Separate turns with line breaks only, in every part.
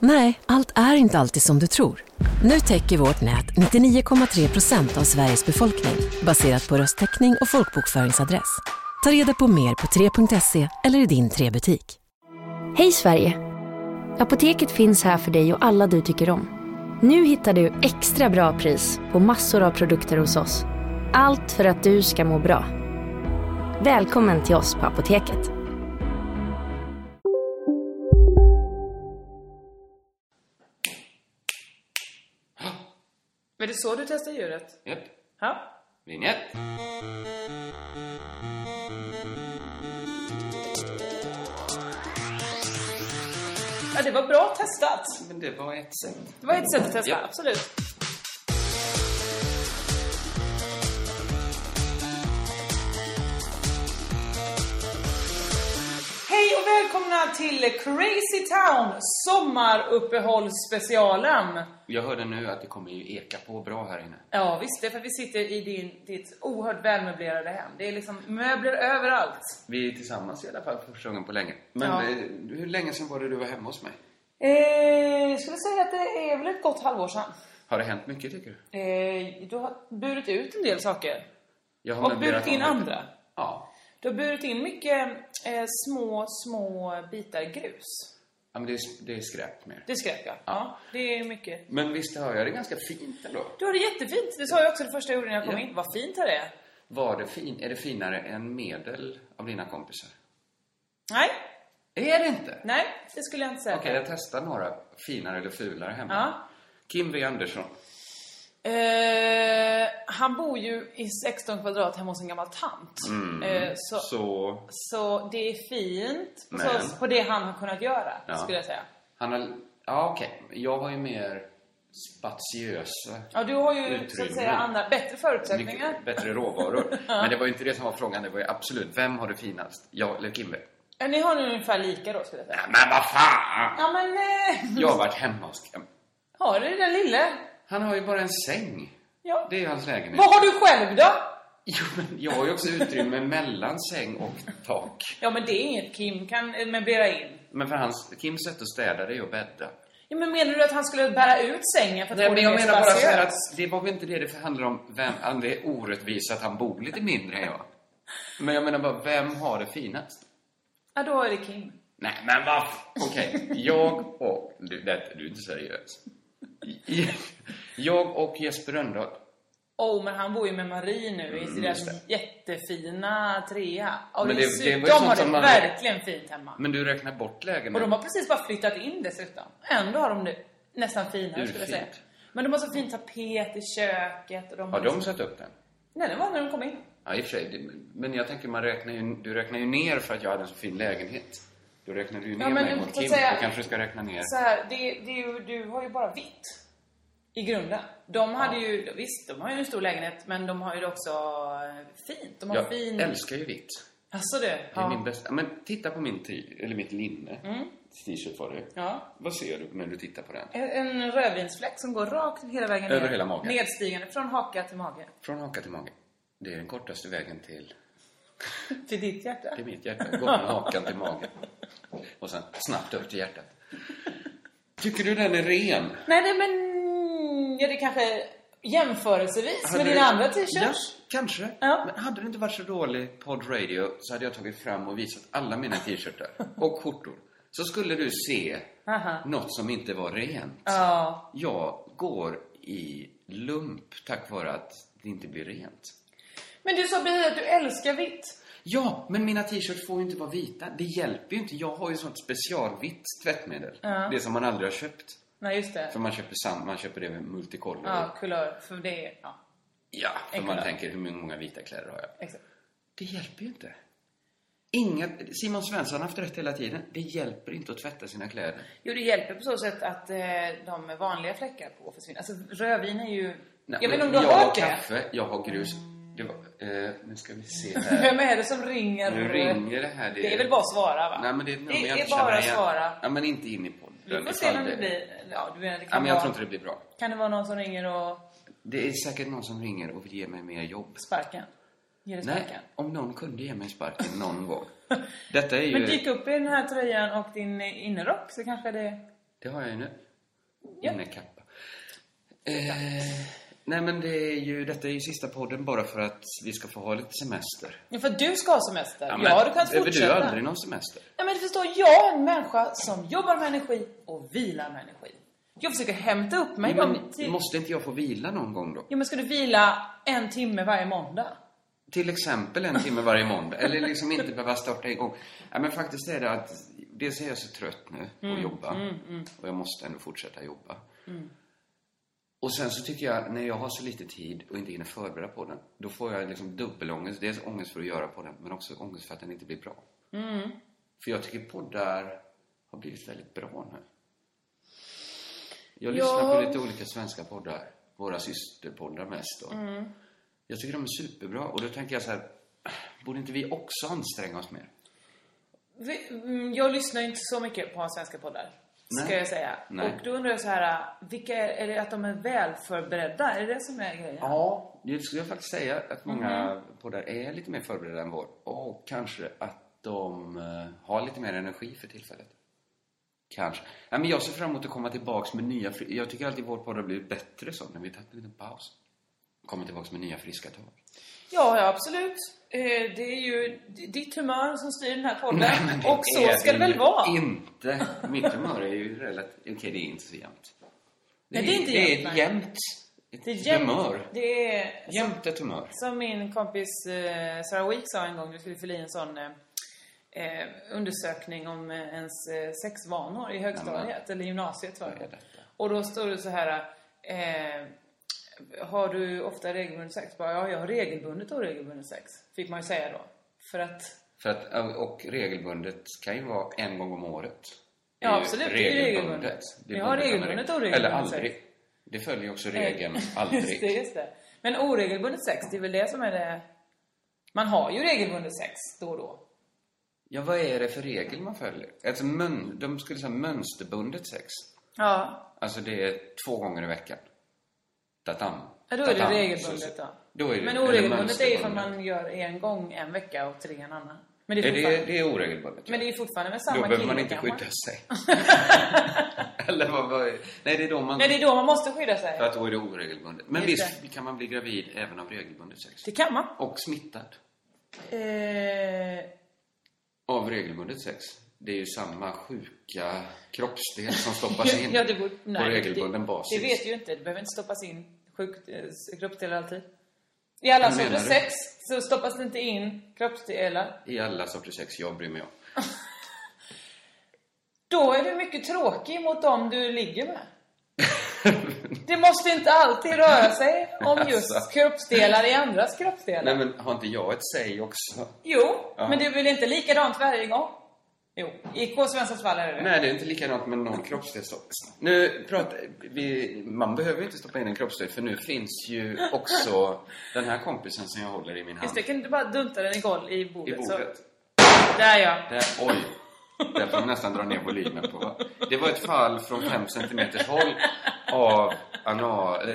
Nej, allt är inte alltid som du tror. Nu täcker vårt nät 99,3 procent av Sveriges befolkning baserat på röstteckning och folkbokföringsadress. Ta reda på mer på 3.se eller i din 3-butik.
Hej Sverige! Apoteket finns här för dig och alla du tycker om. Nu hittar du extra bra pris på massor av produkter hos oss. Allt för att du ska må bra. Välkommen till oss på Apoteket.
Var det så du testade djuret?
Japp.
Ja.
Vinjett.
ja, det var bra testat.
Men det var ett sätt.
Det var ett sätt att testa,
Ja.
absolut. Hej och välkomna till Crazy Town sommaruppehållsspecialen.
Jag hörde nu att det kommer ju eka på bra här inne.
Ja visst, det är för att vi sitter i din, ditt oerhört välmöblerade hem. Det är liksom möbler överallt.
Vi är tillsammans i alla fall för första gången på länge. Men
Ja.
eh, hur länge sedan var det du var hemma hos mig?
Eh, skulle säga att det är väl ett gott halvår sedan.
Har det hänt mycket tycker du?
Eh, du har burit ut en del saker.
Jag har
Och
möblerat
burit in
om lite.
andra.
Ja.
Du har burit in mycket eh, små, små bitar grus.
ja men det är, det är skräp mer.
Det skräp jag. Ja, det är mycket.
Men visst har jag det ganska fint ändå?
Du har det jättefint. Det sa jag också det första jag gjorde när jag kom
Ja.
in. Vad fint här det är.
Var det fin, är det finare än medel av dina kompisar?
Nej,
Är det inte? Okej,
nej, det skulle jag inte säga.
jag testar några finare eller fulare hemma.
Ja.
Kim V Andersson.
Eh, han bor ju i 16 kvadrat hemma hos en gammal tant. Eh, så, så.
Mm. Så
det är fint på,
Men-
så, på det han har kunnat göra,
Ja.
skulle jag säga.
Han har... Ja, okej. Jag var ju mer spatiösa.
Ja, du har ju så att
Utrymme.
säga andra, bättre förutsättningar.
Mycket bättre råvaror. Men det var ju inte det som var frågan. Det var ju absolut, vem har det finast? Jag eller Kimbe?
Ja, Eh, Ni har nu ungefär lika då, skulle jag säga.
Nej, Men vad fan!
Ja, men... Eh,
Jag har varit hemma hos Kim.
har du den lille?
Han har ju bara en säng.
Ja.
Det är ju hans lägenhet.
Vad har du själv då?
Jo, men jag har ju också utrymme mellan säng och tak.
Ja, men det är inget Kim kan eh, möblera in.
Men för hans, Kims sätt att städa det är ju att bädda.
Ja, men menar du att han skulle bära ut sängen för att
Nej,
få
men
det
jag
mer
menar bara så här att
spaciöst?
det var väl inte det det handlar om. Vem, ah, det är orättvist att han bor lite mindre än jag. Men jag menar bara, vem har det finast?
Ja, då är det Kim.
Nej men vad... Okej, jag och... Du, det, du är inte seriös. Jag och Jesper Rönndahl.
Oh, men han bor ju med Marie nu i deras
Mm, just det.
jättefina trea. Ja,
Men
men
det-
det,
det var ju
de
sånt
har det
som man- Mm.
verkligen fint hemma.
Men du räknar bort
Och de
lägenheten.
har precis bara flyttat in dessutom. Ändå har de det nästan finare skulle jag säga.
Urfint.
Men de har så fin tapet i köket och de
Har
liksom-
de satt upp den?
Nej, det var när de kom in.
Ja, i och för sig. det- Men jag tänker, man räknar ju, du räknar ju ner för att jag hade en så fin lägenhet. Då räknar du ju ner
Ja, men
mig
du
mot
får
Kim.
säga-
Då kanske du ska räkna ner.
Så här, det, det är ju, du har ju bara vitt. I grunden. De hade ju, visst, de har ju en stor lägenhet, men de har ju det också eh, fint. De har
Jag
fin...
älskar ju vitt.
Alltså du.
Det är
Ja. Mm.
min bästa... Men titta på min t- eller mitt linne. T-shirt var det
ja.
Vad ser du när du tittar på den?
En, en rödvinsfläck som går rakt hela vägen
Över
ner.
hela magen.
Nedstigande från haka till mage.
Från haka till mage. Det är den kortaste vägen till
Till ditt hjärta.
till mitt hjärta. Gå från hakan till magen. Och sen snabbt upp till hjärtat. Tycker du den är ren?
Nej, nej men... Ja, det kanske jämförelsevis
Hade
med
du-
dina andra
Ja,
t-shirts.
kanske.
Ja.
Men hade det inte varit så dålig poddradio så hade jag tagit fram och visat alla mina t-shirtar och skjortor. Så skulle du se
Aha.
något som inte var rent.
Ja.
Jag går i lump tack vare att det inte blir rent.
Men du sa precis att du älskar vitt.
Ja, men mina t-shirts får ju inte vara vita. Det hjälper ju inte. Jag har ju sånt specialvitt tvättmedel.
Ja.
Det som man aldrig har köpt.
Nej, just det.
För man köper, sam, man köper det med multicolor.
Ja, kulör. För det är... Ja,
ja, för
en
man
kulör.
tänker hur många vita kläder har jag?
exakt.
Det hjälper ju inte. Inga, Simon Svensson har haft rätt hela tiden. Det hjälper inte att tvätta sina kläder.
Jo, det hjälper på så sätt att eh, de med vanliga fläckar på försvinner. Alltså rödvin är ju... jag vet inte om du
men
har
jag
hört det?
kaffe, jag har grus. Det var, eh, nu ska vi se här.
Vem är det som ringer?
Nu ringer det här.
Mm. Det är väl bara att svara va?
Nej, men det är ett nummer
det
jag
är
inte
bara
känner
att
igen.
svara.
Ja, men inte in i podden.
Vi får se
ifall
vem det blir. Ja, du menar, det kan,
Ja, men jag
vara,
tror inte det blir bra.
kan det vara någon som ringer och
Det är säkert någon som ringer och vill ge mig mer jobb.
sparkar? Ger dig
Nej,
sparken?
om någon kunde ge mig sparken någon gång. Detta är ju...
Men dyk upp i den här tröjan och din eh, innerrock så kanske det...
Det har jag ju nu.
Ja.
Innekappa. Eh, nej men det är ju, detta är ju sista podden bara för att vi ska få ha lite semester.
Ja, för du ska ha semester.
Ja,
Ja,
men
jag hade kunnat
behöver
fortsätta.
du aldrig någon semester?
Nej, men du förstår, jag är en människa som jobbar med energi och vilar med energi. Jag försöker hämta upp mig.
Men,
de- till...
måste inte jag få vila någon gång då?
Jo, men ska du vila en timme varje måndag?
Till exempel en timme varje måndag. Eller liksom inte behöva starta igång. Ja, men faktiskt är det att dels är jag så trött nu på
Mm,
att jobba. Och jag måste ändå fortsätta jobba. Och sen så tycker jag, när jag har så lite tid och inte hinner förbereda på den, då får jag liksom dubbelångest. Dels ångest för att göra på den, men också ångest för att den inte blir bra. För jag tycker poddar har blivit väldigt bra nu. Jag lyssnar på lite olika svenska poddar. Våra systerpoddar mest då. Jag tycker de är superbra och då tänker jag så här, borde inte vi också anstränga oss mer?
Vi- mm, Jag lyssnar ju inte så mycket på svenska poddar. Ska
Nej.
jag säga.
Nej.
Och då undrar jag så här, vilka är, är det att de är välförberedda? Är det det som är grejen?
Ja, det skulle jag faktiskt säga att många
Mhm.
poddar är lite mer förberedda än vår. Och kanske att de eh, har lite mer energi för tillfället. Kanske. Nej, men jag ser fram emot att komma tillbaks med nya... fri- Jag tycker alltid vår podd har blivit bättre så när vi tagit en liten paus. Kommer tillbaks med nya friska tag.
Ja, ja absolut. Eh, Det är ju d- ditt humör som styr den här podden.
Men
och så
är
ska det väl
ju
vara.
Inte. Mitt humör är ju relativt... Okej, det är inte så jämnt.
Nej, det är inte
det
jämnt,
är ett
nej.
jämnt.
Det är
Ett
jämnt.
humör.
Det är
Jämnt ett humör.
som min kompis eh, Sarah Week sa en gång, du skulle fylla i en sån eh, eh, undersökning om eh, ens eh, sexvanor i högstadiet, eller gymnasiet var
Vad är
det.
detta?
Och då står det så här eh, Har du ofta regelbundet sex? Bara, ja, jag har regelbundet och oregelbundet sex. Fick man ju säga då. För att
För att, och regelbundet kan ju vara en gång om året.
Ja,
Det är ju
absolut, det är regelbundet.
Det är
Jag har
bundet av en
regelbundet
regel.
och regelbundet
Eller aldrig. Det följer ju också regeln
Just det,
aldrig.
just det. Men oregelbundet sex, det är väl det som är det... Man har ju regelbundet sex då och då.
Ja, vad är det för regel man följer? Alltså, mön, de skulle säga mönsterbundet sex.
Ja.
Alltså det är två gånger i veckan. Tatam.
ja då är det
Tatam.
regelbundet
Så-
då.
då är det,
Men
eller
oregelbundet är ju ifall
mönsterbundet.
man gör en gång en vecka och tre en annan. Men det är
Är det,
fortfarande,
det är oregelbundet.
men det är ju fortfarande med samma
då behöver man
kille,
inte
kan
skydda sig. Eller vad, vad är, Nej, det är då man...
Nej, det är då man måste skydda sig.
För att då är det oregelbundet. Men
Just
visst kan man bli gravid även av regelbundet sex.
Det kan man.
Och smittad.
Eh,
Av regelbundet sex. Det är ju samma sjuka kroppsdel som stoppas in
ja, det borde,
på
nej,
regelbunden
det,
basis.
Det vet ju inte. Det behöver inte stoppas in sjuk, eh, kroppsdelar alltid. I alla
Vad menar
sorters
du?
sex så stoppas det inte in kroppsdelar.
I alla sorters sex jag bryr mig om.
Då är du mycket tråkig mot dem du ligger med. Det måste inte alltid röra sig om just
Alltså.
kroppsdelar i andras kroppsdelar.
Nej men har inte jag ett säg också?
Jo,
Ja.
men det är väl inte likadant varje gång? Jo, i K. Svenssons fall är det det.
Nej, det är inte likadant med någon kroppsdel. så- Nu pratar vi... Man behöver ju inte stoppa in en kroppsdel för nu finns ju också den här kompisen som jag håller i min hand.
Just det, kan du inte bara dunta den i golv i
I
bordet?
bordet.
Så, där ja.
Där, oj! Där får vi nästan dra ner volymen på. va? Det var ett fall från 5 centimeters håll av anal, eh,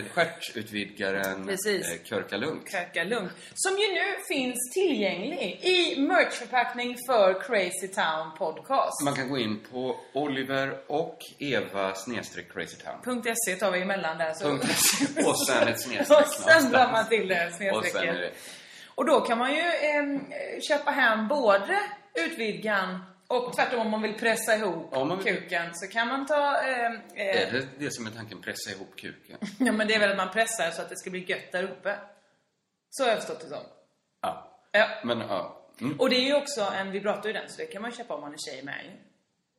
stjärtutvidgaren
Precis.
eh, Körka Lunk.
Kröka lugnt. Som ju nu finns tillgänglig i merchförpackning för Crazy Town Podcast.
Man kan gå in på Oliver och Eva snedstreck Crazy Town.
.se E tar vi emellan där. Så.
Och sen ett snedstreck
Och sen drar man till det
Och sen är det
snedstrecket. Och då kan man ju ehm, köpa hem både utvidgan och tvärtom om man vill pressa ihop
Om man vill-
kuken så kan man ta... ehm, eh,
är det, det som är tanken, pressa ihop kuken.
Ja men det är väl att man pressar så att det ska bli gött där uppe. Så har jag förstått det som.
Ja.
Ja.
Men ja. Mm.
Och det är ju också en vibrator i den så det kan man köpa om man är tjej med ju.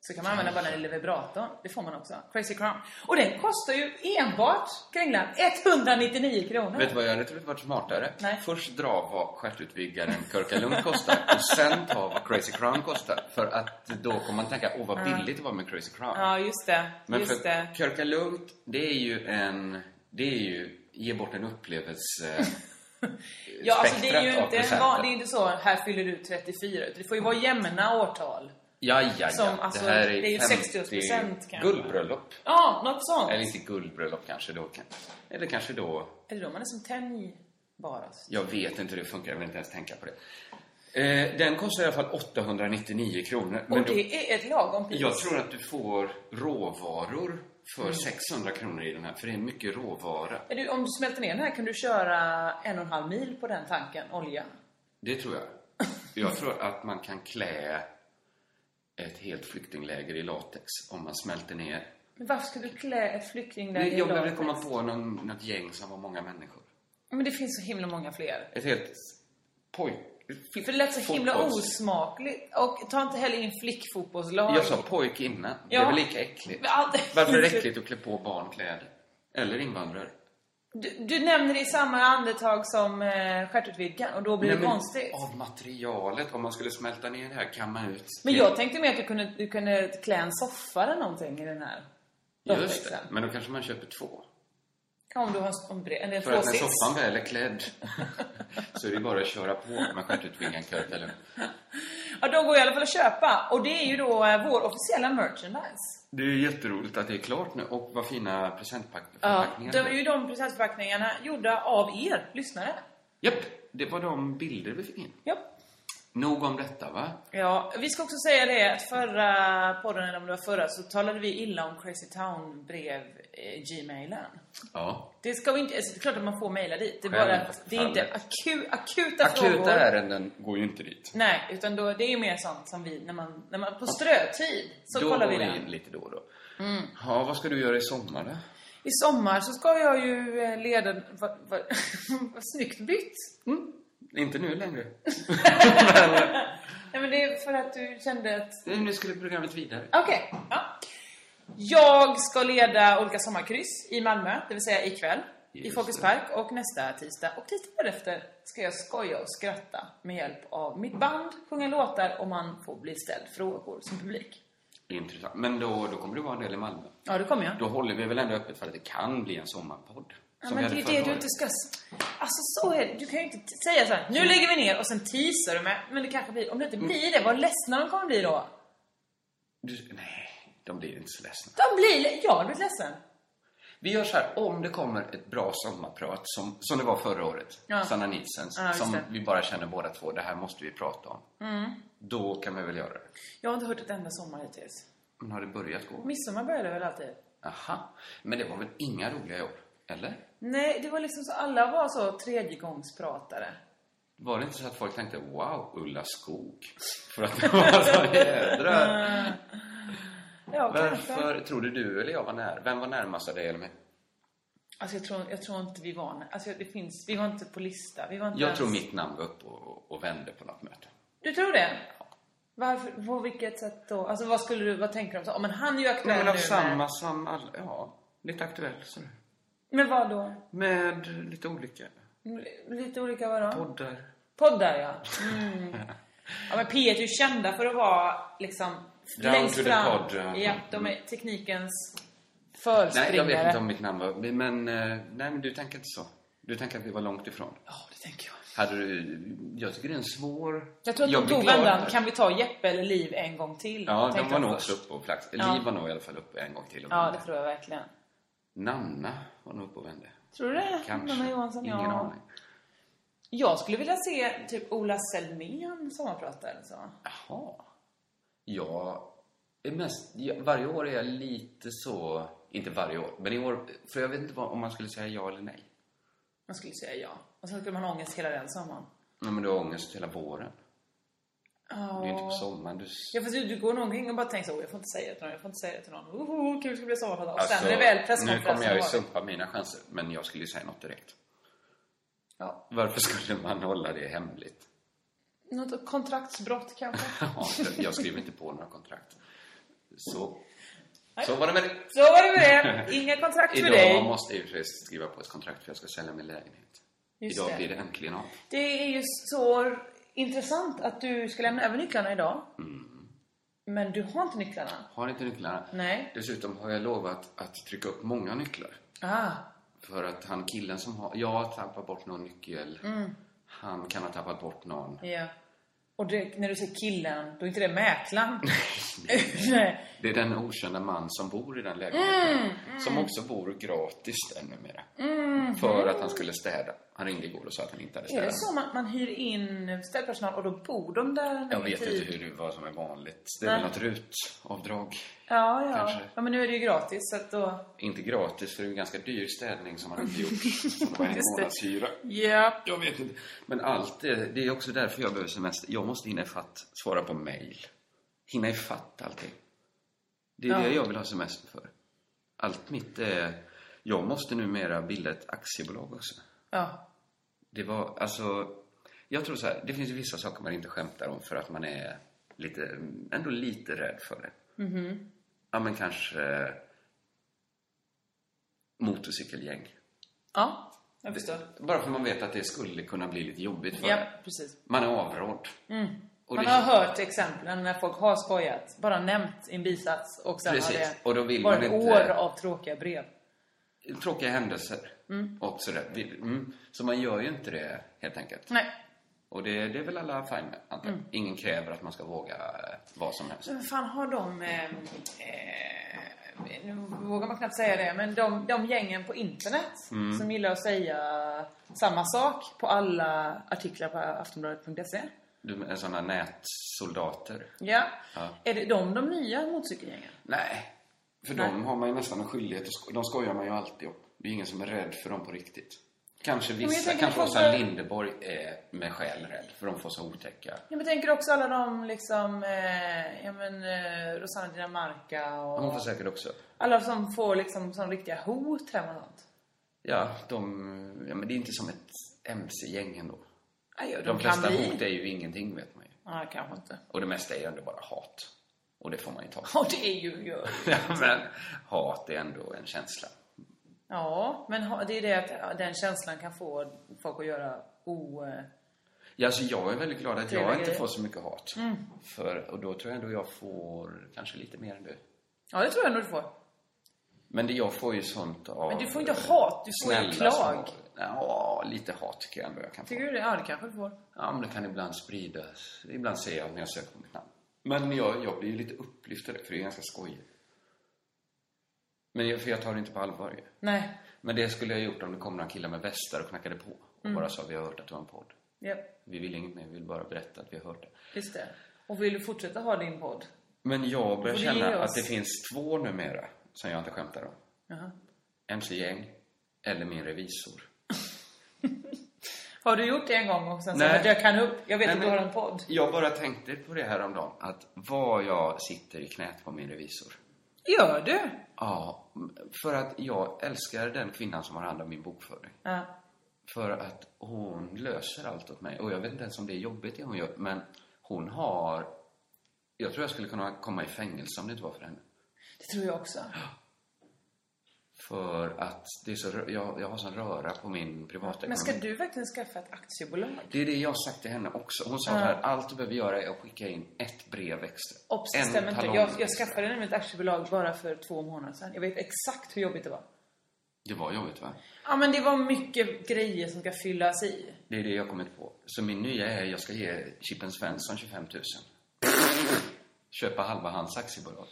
Så kan man använda bara den lilla vibratorn. Det får man också. Crazy Crown. Och den kostar ju enbart, Kringlan, 199 kronor.
Vet du vad jag hade trott varit smartare?
Nej.
Först dra vad stjärtutvidgaren Körka Lunk kostar och sen ta vad Crazy Crown kostar. För att då kommer man tänka, åh vad billigt det var med Crazy Crown.
Ja, just det.
Men
just det.
för Körka Lugnt, det är ju en... Det är ju ge bort en upplevelse
Ja, alltså det är ju
spektrat av
inte, en
presenter.
van, det är inte så här fyller du 34, utan det får ju vara jämna årtal.
Ja, ja, ja.
Som, alltså,
det här är,
det är ju
50
60% kanske.
Guldbröllop.
Ja, något sånt.
Eller inte guldbröllop kanske då. kan- Eller kanske då...
Är det då man är som tändbarast?
Jag vet inte hur det funkar, jag vill inte ens tänka på det. Eh, den kostar i alla fall 899 kronor.
Och
Men då,
det är ett lagom pris.
jag tror att du får råvaror för 600 kronor i den här, för det är mycket råvara.
Är du, om du smälter ner den här kan du köra en och en halv mil på den tanken, olja.
Det tror jag. Jag tror att man kan klä ett helt flyktingläger i latex om man smälter ner.
Men varför ska du klä ett flyktingläger i
Jag behöver
latex?
komma på någon, något gäng som var många människor.
Men det finns så himla många fler.
Ett helt pojk...
För det lät så himla
fotbolls-
osmakligt. Och ta inte heller in flickfotbollslag.
Jag sa pojk innan. Det
Ja.
är väl lika äckligt?
Men allt-
Varför är det äckligt att klä på barn kläder? Eller invandrare?
Du, du nämner det i samma andetag som eh, stjärtutvidgaren och då blir det
Nej, men
konstigt.
Av materialet, om man skulle smälta ner det här, kamma ut.
Men jag tänkte mer att du kunde, du kunde klä en soffa eller någonting i den här.
Just det,
latexen.
men då kanske man köper två.
Ja, om du har en, om bre- en, en
För att när
tvåsits.
soffan väl är klädd så är det bara att köra på med stjärtutvingan klädd eller...
Ja, de går i alla fall att köpa. Och det är ju då eh, vår officiella merchandise.
Det är jätteroligt att det är klart nu och vad fina
Ja,
presentförpackningar.
det är ju de presentförpackningarna gjorda av er lyssnare.
Japp, det var de bilder vi fick in.
Ja.
Nog om detta va?
Ja, vi ska också säga det att förra podden, eller om det var förra, så talade vi illa om Crazy Town brev eh, Gmailen.
Ja.
Det ska vi inte, alltså, det är klart att man får mejla dit. Det är bara
Självfallet.
att det är inte aku, akuta, frågor.
Akuta ärenden går ju inte dit.
Nej, utan då, det är ju mer sånt som vi, när man, när man på strötid, så
då
kollar
går
vi Mm.
in
den.
lite då och då. Ja, vad ska du göra i sommar då?
I sommar så ska jag ju eh, leda, vad va, vad snyggt bytt.
Mm. Inte nu längre.
Nej men det är för att du kände att,
Nej, Nu skulle programmet vidare.
okej, ja. Jag ska leda olika sommarkryss i Malmö, det vill säga ikväll. I
Just
Folkets
det.
Park och nästa tisdag och tisdag därefter ska jag skoja och skratta med hjälp av mitt band, sjunga låtar och man får bli ställd frågor som publik.
Intressant. Men då, då kommer det vara en del i Malmö.
Ja, det kommer jag.
Då håller vi väl ändå öppet för att det kan bli en sommarpodd.
Ja,
Som
men det är
vi hade
ju
förra
det du
året.
inte ska... Alltså så är det. Du kan ju inte säga så här. nu lägger vi ner och sen teasar du med. Men det kanske blir, om det inte
Mm.
blir det, vad ledsna de kommer bli då.
Du, nej, de blir inte så ledsna.
De blir, jag har blivit ledsen.
Vi gör så här, om det kommer ett bra sommarprat som, som det var förra året,
Ja.
Sanna Nilsens,
Ja, just
som
det.
vi bara känner båda två, det här måste vi prata om. Då kan vi väl göra det.
Jag har inte hört ett enda sommar hittills.
Men har det börjat gå?
Midsommar börjar det väl alltid?
Aha. Men det var väl inga roliga jobb? Eller?
Nej, det var liksom så, alla var så tredjegångspratare.
Var det inte så att folk tänkte wow, Ulla Skog För att det var så jädra...
Ja, kanske.
Varför trodde du eller jag var när? Vem var närmast av dig eller mig?
Alltså jag tror, jag tror inte vi var, alltså det finns, vi var inte på lista. Vi var inte
Jag
ens-
tror mitt namn var uppe och, och vände på något möte.
Du tror det? Varför, på vilket sätt då? Alltså vad skulle du, vad tänker du om så? Ja, men han är ju aktuell
Men
nu
av
med-
samma, samma, ja, lite aktuell sådär.
Men vad då?
Med lite olika
Lite olika vadå?
poddar.
Poddar ja. Mm. ja men P1 är ju kända för att vara liksom
Down to
längst
the
fram.
pod, ja.
ja, de är teknikens
Nej, jag
förspringare.
vet inte om mitt namn var men, eh, nej men du tänker inte så. Du tänker att vi var långt ifrån.
Ja, det tänker jag.
Hade du, jag tycker det är en svår...
Jag tror att de
blir
tog
glad
vändan,
där.
kan vi ta Jeppe eller Liv en gång till?
Ja, de
Tänkte
var nog
först.
också uppe och flaxade.
Ja.
Liv var nog i alla fall uppe en gång till och
Ja,
vände.
det tror jag verkligen.
Nanna var nog uppe och vände.
Tror du det?
Kanske.
Nanna Johansson,
Ingen
ja.
aning.
Jag skulle vilja se typ Ola Selmén sommarprata eller så.
Jaha. Jag är mest... Jag, varje år är jag lite så... Inte varje år, men i år... För jag vet inte vad, om man skulle säga ja eller nej.
Man skulle säga ja. Och sen skulle man ha ångest hela den sommaren.
Nej, men du har ångest hela våren. Det är ju typ inte på sommaren. Du...
Ja fast du, du går nog omkring och bara tänker så, "Åh, jag får inte säga det till någon, jag får inte säga det till någon. Oho, kul det ska bli sommarprat. Och sen är det väl
Alltså, nu kommer jag ju
presskonferens.
sumpa mina chanser, men jag skulle ju säga något direkt.
Ja.
Varför skulle man hålla det hemligt?
Något kontraktsbrott kanske.
Ja, jag skriver inte på några kontrakt. Så, så var det med det.
så var det med det. Inga kontrakt för
Idag
dig.
måste jag i och för sig skriva på ett kontrakt för jag ska sälja min lägenhet.
Just
Idag
det.
blir det äntligen av.
Det är ju så intressant att du ska lämna över nycklarna idag.
Mm.
Men du har inte nycklarna.
Har inte nycklarna.
Nej.
Dessutom har jag lovat att trycka upp många nycklar.
Ah.
För att han killen som har... Jag har tappat bort någon nyckel.
Mm.
Han kan ha tappat bort någon.
Ja. Och det, när du säger killen, då är inte det mäklaren? Nej.
Det är den okända man som bor i den lägenheten.
Mm,
Som också bor gratis där numera.
Mhm.
För att han skulle städa. Han ringde igår och sa att han inte hade
Mm. Är det
städat.
så man, man hyr in städpersonal och då bor de där?
Jag
under
vet
tid?
inte hur det, vad som är vanligt. Det är väl
Nej.
något rutavdrag.
Ja, ja.
Kanske.
ja, men nu är det ju gratis så att då...
Inte gratis, för det är ju ganska dyr städning som han inte gjort. Som var en
Just det.
månadshyra.
Ja.
Jag vet inte. Men allt det, det är också därför jag behöver semester. Jag måste hinna ifatt, svara på mejl. Hinna ifatt allting. Det är
Ja.
det jag vill ha semester för. Allt mitt är... Jag måste numera bilda ett aktiebolag också.
ja.
Det var, alltså... Jag tror så här, det finns ju vissa saker man inte skämtar om för att man är lite, ändå lite rädd för det.
Mm-hmm.
Ja, men kanske eh, motorcykelgäng.
Ja, jag förstår.
Bara för att man vet att det skulle kunna bli lite jobbigt för
Ja,
en.
precis. Mm.
Man är avrådd. Och
Man
det-
har hört exemplen när folk har skojat, bara nämnt i en bisats och sen
Precis,
har det
och då vill
varit
man inte-
år av tråkiga brev.
tråkiga händelser. Och sådär. Vi- Mm. Så man gör ju inte det helt enkelt.
Nej. Mm.
Och det, det är väl alla fine med, antar jag. Ingen kräver att man ska våga eh, vad som helst.
Vad fan har de... Eh, eh, nu vågar man knappt säga det, men de, de gängen på internet
Mm.
som gillar att säga samma sak på alla artiklar på aftonbladet.se.
Du är sådana nätsoldater.
Ja.
Ja.
Är det de de nya motorcykelgängen?
Nej. För de har man ju nästan en skyldighet att sko- De skojar man ju alltid om. Det är ingen som är rädd för dem på riktigt. Kanske
jag
vissa,
tänker
kanske
att
Åsa
folk-
Linderborg är med skäl rädd. För de får så otäcka.
Ja, men tänker också alla de liksom, eh, ja men eh, Rosanna Dinamarca och
Hon får säkert också.
alla som får liksom som riktiga hot hem och sånt.
Ja, de... Ja, men det är inte som ett MC-gäng ändå.
Aj, ja,
De, flesta
kan bli.
hot är ju ingenting vet man ju.
Ja, kanske inte.
Och det mesta är ju ändå bara hat. Och det får man ju ta.
Ja, det är ju... ju-
Ja, men hat är ändå en känsla.
Ja, men ha- det är det att ja, den känslan kan få folk att göra o... eh,
Ja, alltså jag är väldigt glad att jag
Trevliga
inte
grejer.
får så mycket hat.
Mm.
För, och då tror jag ändå jag får kanske lite mer än du.
Ja, det tror jag nog du får.
Men det, jag får ju sånt av...
Men du får inte hat, du får ju
snälla som-
klag.
Ja, lite hat tycker jag ändå jag kan få.
Tycker du det? Ja, det kanske du får.
Ja, men det kan ibland spridas. Ibland ser jag när jag söker på mitt namn. Men jag, jag blir ju lite upplyft av det, för det är ganska skojigt. Men jag, för jag tar det inte på allvar ju.
Nej.
Men det skulle jag gjort om det kom några killar med västar och knackade på och
Mm.
bara sa vi har hört att du har en podd.
Ja,
Vi vill inget mer, vi vill bara berätta att vi har hört det.
just det. Och vill du fortsätta ha din podd?
Men jag börjar
får du ge
känna
oss.
att det finns två numera som jag inte skämtar om.
Jaha.
MC-gäng eller min revisor.
Har du gjort det en gång och sen så
Nej.
här, dök han upp? Jag vet
Nej,
att du
men-
har en podd.
Jag bara tänkte på det här om dagen att var jag sitter i knät på min revisor.
Gör du?
Ja, för att jag älskar den kvinnan som har hand om min bokföring.
Ja.
För att hon löser allt åt mig. Och jag vet inte ens om det är jobbigt det hon gör. Men hon har... Jag tror jag skulle kunna komma i fängelse om det inte var för henne.
Det tror jag också.
För att det är så, rö- jag, jag har sån röra på min privatekonomi.
Men ska du verkligen skaffa ett aktiebolag?
Det är det jag har sagt till henne också. Hon sa så här, allt du behöver göra är att skicka in ett brev extra.
Obs, det
En
stämmer inte.
talong
Jag, jag
extra.
skaffade nämligen ett aktiebolag bara för två månader sedan. Jag vet exakt hur jobbigt det var.
Det var jobbigt va?
Ja, men det var mycket grejer som ska fyllas i.
Det är det jag har kommit på. Så min nya är, jag ska ge Chippen Svensson 25 000. Köpa halva hans aktiebolag.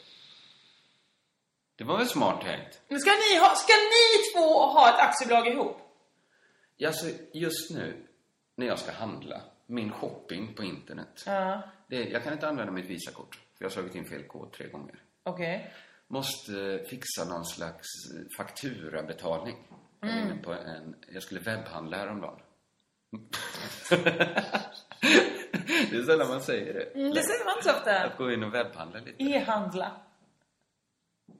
Det var väl smart tänkt?
Men ska ni, ha, ska ni två ha ett aktiebolag ihop?
Ja, så just nu när jag ska handla, min shopping på internet.
Ja.
Det, jag kan inte använda mitt Visakort, för jag har slagit in fel kod tre gånger.
Okej.
Måste eh, fixa någon slags eh, fakturabetalning. Jag, var
Mm.
inne på en, jag skulle webbhandla häromdagen. det är sällan man säger det.
Mm, Det säger man Mm. inte så ofta.
Att gå in och webbhandla lite.
E-handla.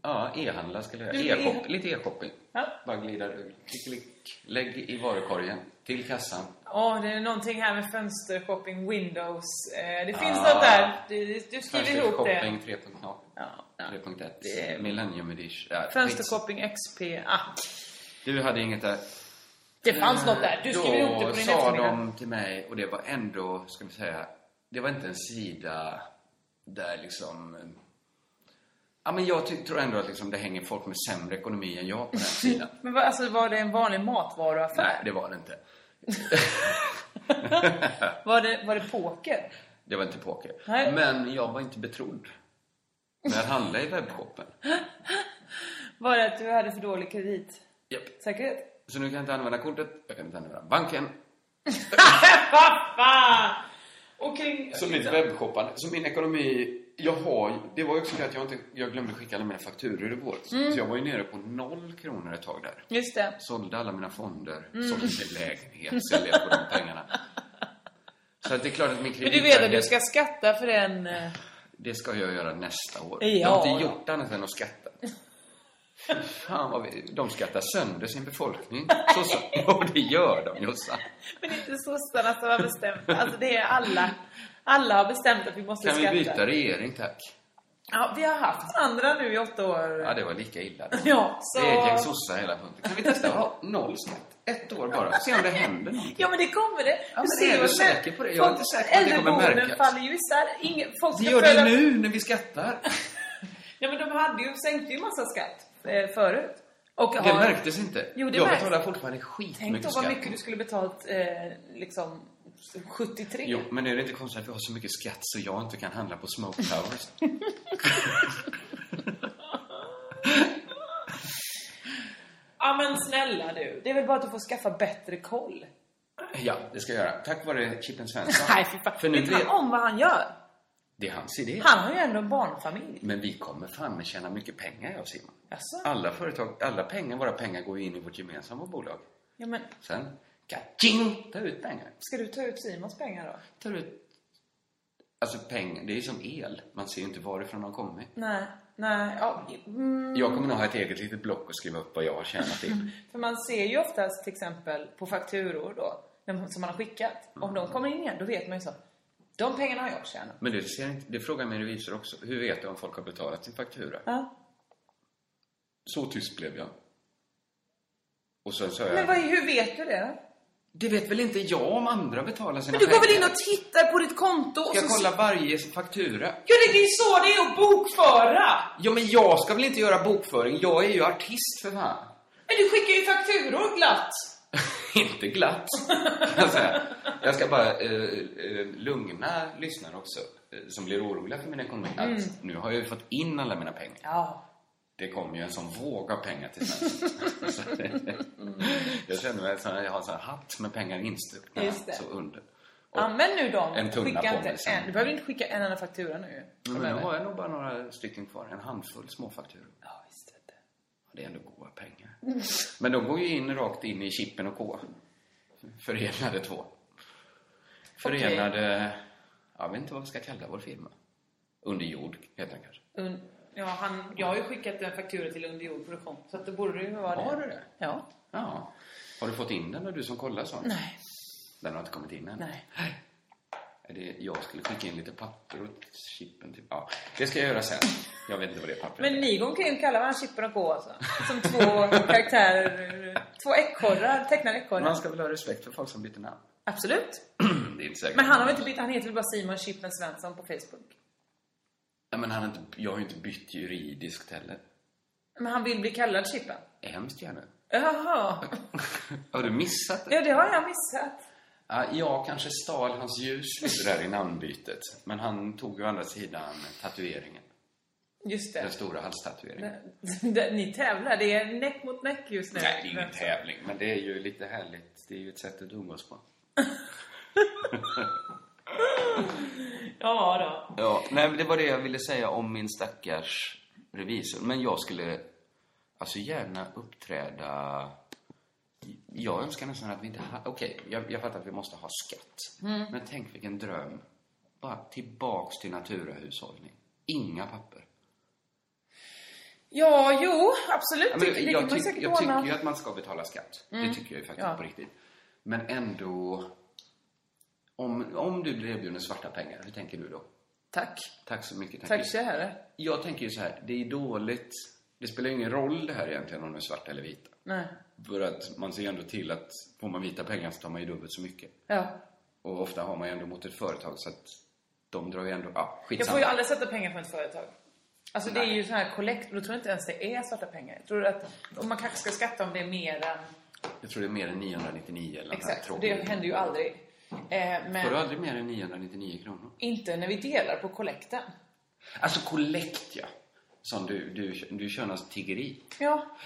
Ja, e-handla skulle jag
Du,
göra. E-shop,
e-
lite e-shopping.
Ja.
Bara glida ur. Klick, klick. Lägg i varukorgen. Till kassan.
Åh, det är någonting här med fönstershopping, Windows. Eh, det finns
Ah.
något där. Du, du skriver
Kanske
ihop
shopping
det.
3.0.
Ja, ja.
3.1.
Det är-
Millennium edition. Ja, skits.
Fönstershopping XP. Ah,
Du hade inget där.
det fanns något där. Du skriver ihop det på
Eh, Då
din
sa
eftermiddag.
de till mig, och det var ändå, ska vi säga, det var inte en sida där liksom eh, Ja, men jag ty- tror ändå att liksom det hänger folk med sämre ekonomi än jag på den sidan.
Men vad- alltså, var det en vanlig matvaruaffär?
Nej, det var det inte.
Var, det, var det poker?
Det var inte poker.
Nej.
Men jag var inte betrodd med att handla i webbshoppen.
Var det att du hade för dålig kreditsäkerhet?
Japp. Så nu kan jag inte använda kortet, jag kan inte använda banken.
Pappa! Och kring...
Så mitt webbshoppande, så min ekonomi, jag har ju- det var ju också det att jag, inte, jag glömde skicka alla mina fakturor i vår.
Mm.
Så jag var ju nere på noll kronor ett tag där.
Just det.
Sålde alla mina fonder,
Mm.
sålde min lägenhet, säljer på de pengarna. Så att det är klart att min
Men
kredit...
du vet att du ska skatta för den... eh,
Det ska jag göra nästa år.
Ja,
jag har inte
ja.
gjort annat än att skatta. Fan vad vi, de skattar sönder sin befolkning. Så, så, och det gör de Jossan.
Men inte sossarna som har bestämt. Alltså det är alla. Alla har bestämt att vi måste
Kan vi
skatta.
byta regering tack?
Ja, vi har haft andra nu i åtta år.
Ja, det var lika illa. då.
Ja, så-
Det är ett gäng sossar hela punkten. Kan vi testa att ha noll skatt? Ett år bara, se om det händer någonting.
Ja men det kommer det.
Ja, men
ser
är du
ju-
säker på det? Jag är inte säker på att det kommer
Äldreboenden
märkas.
faller ju isär. Ingen, folk ska
Det gör
föda-
det nu när vi skattar.
Ja men de hade ju, sänkte ju massa skatt eh, förut. Och
Det
har-
märktes inte.
Jo, det
jag
märks.
betalar fortfarande skitmycket
Tänk då
skatt.
vad mycket du skulle betalt eh, liksom 73.
Jo, men är det inte konstigt att vi har så mycket skatt så jag inte kan handla på Smoke Towers?
Ja men snälla du. Det är väl bara att du får skaffa bättre koll.
Ja, det ska jag göra. Tack vare Chippen Svensson.
Nej fy fan.
För nu
Vet han
vet,
om vad han gör?
det är hans idé.
Han har ju ändå en barnfamilj.
Men vi kommer fan med tjäna mycket pengar, jag och Simon.
Jaså?
Alla företag, alla pengar, våra pengar går ju in i vårt gemensamma bolag.
Ja men
Sen, kaching, ta ut pengar.
ska du ta ut Simons pengar då?
Tar ut... Alltså pengar, det är ju som el. Man ser ju inte varifrån de kommer.
Nej, nej. Ja, mm.
Jag kommer nog ha ett eget litet block och skriva upp vad jag har tjänat in.
För man ser ju oftast till exempel på fakturor då, de som man har skickat. Om de kommer in igen, då vet man ju så. De pengarna har jag tjänat.
Men det, ser inte, det frågar min revisor också. Hur vet du om folk har betalat sin faktura?
Ja.
Så tyst blev jag. Och sen sa
Men
jag...
vad, hur vet du det?
Det vet väl inte jag om andra betalar sina
Men du går väl in
pengar?
och tittar på ditt konto och
Jag
så...
kollar varje faktura.
Ja, det är ju så det är att bokföra!
Ja, men jag ska väl inte göra bokföring? Jag är ju artist för fan.
Men du skickar ju fakturor glatt!
inte glatt. Alltså, jag ska bara eh, eh, lugna lyssnare också, eh, som blir oroliga för min ekonomi.
Mm.
Att nu har jag ju fått in alla mina pengar.
Ja.
Det kommer ju en sån våg av pengar till Sverige. Så det-
Mm.
jag känner mig som att jag har en sån här hatt med pengar instuckna
Just det.
så under. Och,
Använd nu dem.
En tunna
Skicka
på
inte
mig sen.
en. Du behöver inte skicka en enda faktura nu.
men nu har jag nog bara några stycken kvar, en handfull småfakturor.
Ja, visst vet du.
Ja, Det är ändå goda pengar. Men de går ju in rakt in i Chippen och K. Förenade två. Förenade... Jag vet inte vad vi ska kalla vår firma. Under jord heter den kanske.
Und- Ja, han, jag har ju skickat en faktura till Underjord Produktion, så att då borde det ju vara det.
Har du det?
Ja.
Ja. Har du fått in den då, du som kollar sånt?
Nej.
Den har inte kommit in än?
Nej.
Är Det, jag skulle skicka in lite papper åt Chippen. Typ. Ja, det ska jag göra sen. Jag vet inte vad det pappret
Men
är.
ni går omkring och kallar varandra Chippen och K alltså? Som två karaktärer, två ekorrar, tecknade ekorrar.
Man ska väl ha respekt för folk som byter namn?
Absolut.
Det är inte säkert.
Men han har väl inte bytt, han heter väl bara Simon Chippen Svensson på Facebook?
Nej, men han har inte, jag har ju inte bytt juridiskt heller.
Men han vill bli kallad Chippen?
Är hemskt gärna.
Jaha.
Har du missat det?
Ja, det har jag missat.
Ja, jag kanske stal hans ljus lite där i namnbytet. Men han tog ju å andra sidan tatueringen.
Just
Den
det.
stora halstatueringen.
Det- Ni tävlar, det är näck mot näck just nu.
Nej, det är ingen tävling. Men det är ju lite härligt. Det är ju ett sätt att umgås på.
Ja då.
Ja, nej, men det var det jag ville säga om min stackars revisor. Men jag skulle alltså gärna uppträda... Jag önskar nästan att vi inte hade... Okej, jag, jag fattar att vi måste ha skatt.
Mm.
Men tänk vilken dröm. Bara tillbaks till naturahushållning. Inga papper.
Ja, jo, absolut.
Ja,
det,
men
det
jag,
kan man
tyck,
säkert
jag tycker
ordna.
ju att man ska betala skatt. Det tycker jag ju faktiskt
Ja.
på riktigt. Men ändå... Om, om du blir erbjuden svarta pengar, hur tänker du då?
Tack.
Tack så mycket.
Tack käre.
Jag tänker ju så här, det är dåligt. Det spelar ingen roll det här egentligen om de är svarta eller vita.
Nej.
För att man ser ju ändå till att får man vita pengar så tar man ju dubbelt så mycket.
Ja.
Och ofta har man ju ändå mot ett företag så att de drar ju ändå, ja,
Jag
skitsamma.
får ju aldrig sätta pengar på ett företag. Alltså det är ju så här kollekt, då tror jag inte ens det är svarta pengar. Jag tror att och man kanske ska skatta om det är mer än...
Jag tror det är mer än 999 eller nåt här
Exakt,
tråkiga.
det händer ju aldrig. Eh,
Får du
men
aldrig mer än 999 kronor?
inte när vi delar på kollekten.
Alltså kollekt ja. Som du, du, du kör något tiggeri.
Ja,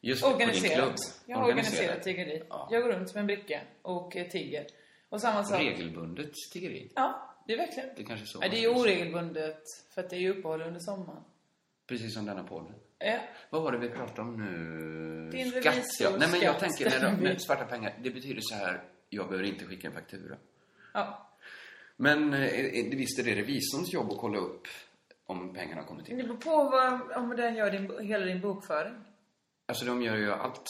Just det, på din klubb.
organiserat. Jag har organiserat tiggeri.
Ja.
Jag går runt med en bricka och eh, tigger. Och samma sak...
Regelbundet tiggeri.
Ja, det är verkligen.
Det kanske är så
Nej,
man
det är ju
ska säga.
oregelbundet för att det är ju uppehåll under sommaren.
Precis som denna podden.
Ja.
Vad var det vi pratade om nu?
Din
skatt,
revisor,
ja. Nej, men jag
skatt,
tänker när, de-
stämmer.
när svarta pengar, det betyder så här, jag behöver inte skicka en faktura.
ja.
Men eh, eh, visst är det revisorns jobb att kolla upp om pengarna kommer
Men
till?
Det beror på vad, om den gör din, hela din bokföring.
Alltså de gör ju allt.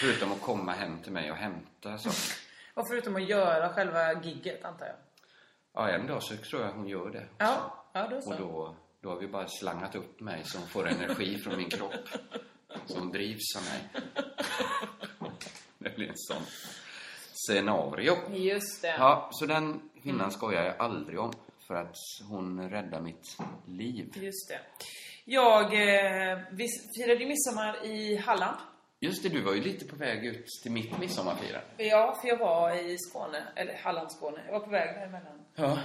Förutom att komma hem till mig och hämta saker.
Och förutom att göra själva gigget antar jag.
Ja, en dag så tror jag hon gör det. också.
Ja, ja då
Och
så.
då, då har vi bara slangat upp mig som får energi från min kropp. Som drivs av mig. Det blir en sån scenario.
Just det.
Ja, så den kvinnan skojar jag aldrig om. För att hon räddar mitt liv.
Just det. Jag eh, vi firade ju midsommar i Halland.
Just det, du var ju lite på väg ut till mitt midsommarfirande.
Ja, för jag var i Skåne, eller Halland, Skåne. Jag var på väg däremellan.
Ja.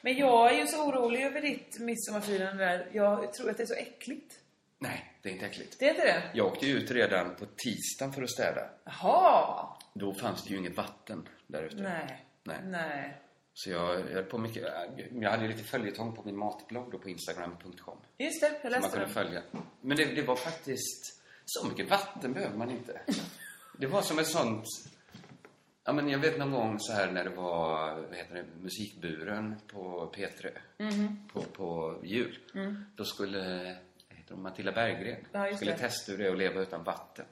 Men jag är ju så orolig över ditt midsommarfirande där. Jag tror att det är så äckligt.
Nej, det är inte äckligt.
Det är inte det?
Jag åkte ju ut redan på tisdagen för att städa.
Jaha!
Då fanns det ju inget vatten där ute.
Nej.
Nej.
Nej.
Så jag jag höll på mycket. Jag hade ju lite följetong på min matblogg då på instagram.com.
Just det, jag
Som man
läste
kunde
den.
följa. Men det, det var faktiskt... Så mycket vatten behöver man inte. Det var som ett sånt... Ja, men jag vet någon gång så här när det var vad heter det, musikburen på P3
Mhm.
på, på jul. Då skulle vad heter hon, Matilda Berggren
Mm. Ja, just
skulle
det.
testa hur det är att leva utan vatten.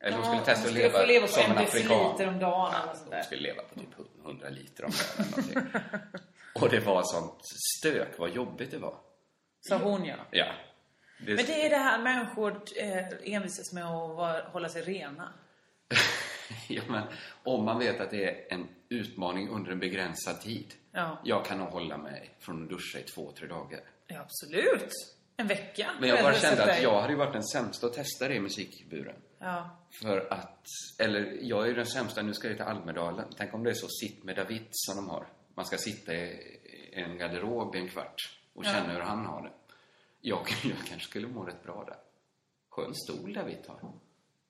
Eller hon
Ja,
skulle testa
hon
att
skulle
leva,
få leva på
som
en
en afrikan.
deciliter om dagen eller
Ja,
sånt där.
hon skulle leva på typ 100 liter om dagen. eller någonting. Och det var sånt stök, vad jobbigt det var.
Sa hon ja.
Ja. Det-
Men det är det här människor eh, envisas med att vara, hålla sig rena.
Ja, men om man vet att det är en utmaning under en begränsad tid.
Ja.
Jag kan nog hålla mig från att duscha i två, tre dagar.
Ja, absolut. En vecka.
Men jag bara
Bättre
kände
sätt
att
dig.
jag hade ju varit den sämsta att testa det i musikburen.
Ja.
För att, eller jag är ju den sämsta, nu ska jag till Almedalen. Tänk om det är så sitt med David som de har. Man ska sitta i i en garderob i en kvart och känna hur han har det. Jag, jag kanske skulle må rätt bra där. Skön stol David har.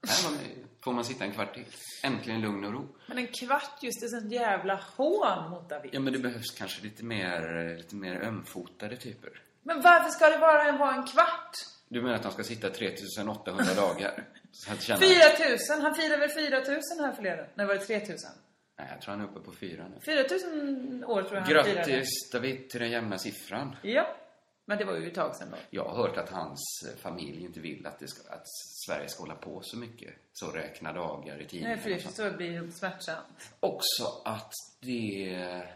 Här var man- får man sitta en kvart till. Äntligen lugn och ro.
Men en kvart just, det är sånt jävla hån mot David.
Ja, men det behövs kanske lite mer, lite mer ömfotade typer.
Men varför ska det bara en, vara en kvart?
Du menar att de ska sitta 3800 dagar? Så att känna,
4000! Han firade väl 4000 här förleden? Nej, var det 3000?
Nej, jag tror han är uppe på fyra nu.
4000 år tror jag han firade.
Grattis David till den jämna siffran.
Ja. Men det var ju ett tag sedan då.
Jag har hört att hans eh, familj inte vill att, det ska, att Sverige ska hålla på så mycket. Så räkna dagar i
Nej, för det
tidningen.
förstår jag blir smärtsamt.
Också att det...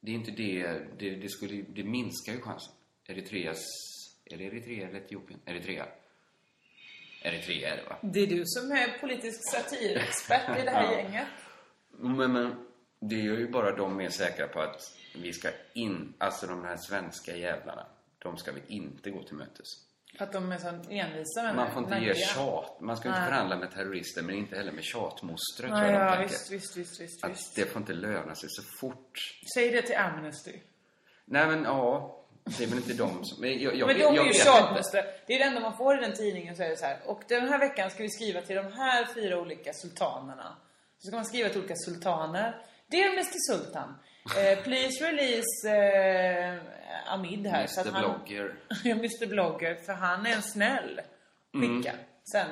Det är inte det... Det, det, skulle, ju- det minskar ju chansen. Eritreas... Är det Eritrea eller Etiopien? Eritrea. Eritrea är det, va?
Det är du som är politisk satirexpert i det här
Ja.
gänget.
Men, men det gör ju bara de mer säkra på att vi ska in, alltså de här svenska jävlarna, de ska vi inte gå till mötes.
För att de är så envisa med
Man får inte ge
naggiga.
tjat, man ska inte
Nej.
förhandla med terrorister men inte heller med tjatmostrar tror
Ja,
jag de
ja,
tänker.
visst, visst, visst, visst,
Att
visst.
det får inte löna sig så fort.
Säg det till Amnesty.
Nej men ja, det är väl inte de som... Men jag, jag,
Men de
jag,
är ju
vet inte.
tjatmostrar. Det är det enda man får i den tidningen så är det så här. Och den här veckan ska vi skriva till de här fyra olika sultanerna. Så ska man skriva till olika sultaner. Dear Mr Sultan. Eh, please release eh, Amid här. så att
Mr
han-
Blogger.
Ja, Mr Blogger. För han är en snäll.
Mm.
Skicka. Sen.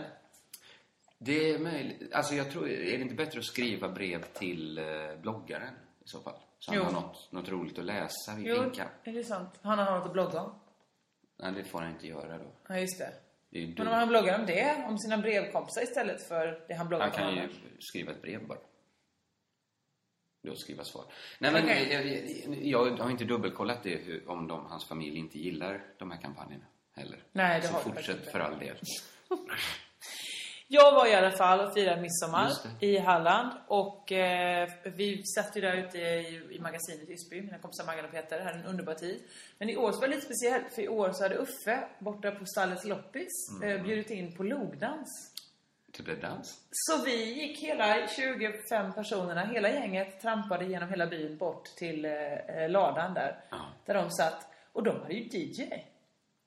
Det är möjligt. Alltså jag tror, är det inte bättre att skriva brev till eh, bloggaren i så fall? Så
Jo.
han har något, något roligt att läsa vid
Jo,
finkan.
är det sant? Han har något att blogga om.
Nej, det får han inte göra då.
Ja, just det.
Det är ju
Men
dumt.
om han bloggar om det, om sina brevkompisar istället för det han bloggar
Han
om
kan ju
annars.
skriva ett brev bara. Då skriva svar. Nej, men
Okej.
jag, jag, jag har inte dubbelkollat det hur, om de, hans familj inte gillar de här kampanjerna heller.
Nej, det
Så
har du faktiskt
fortsätt
inte.
för all del.
Jag var i alla fall och firade midsommar
Just
i Halland och eh, vi satt ju där ute i, i magasinet i Ysby, mina kompisar Maggan och Peter, hade en underbar tid. Men i år så var det lite speciellt för i år så hade Uffe borta på Stallets loppis
Mm.
eh, bjudit in på logdans.
Till blev dans.
Så vi gick hela 25 personerna, hela gänget trampade genom hela byn bort till eh, eh, ladan där,
Ja.
där de satt. Och de hade ju DJ.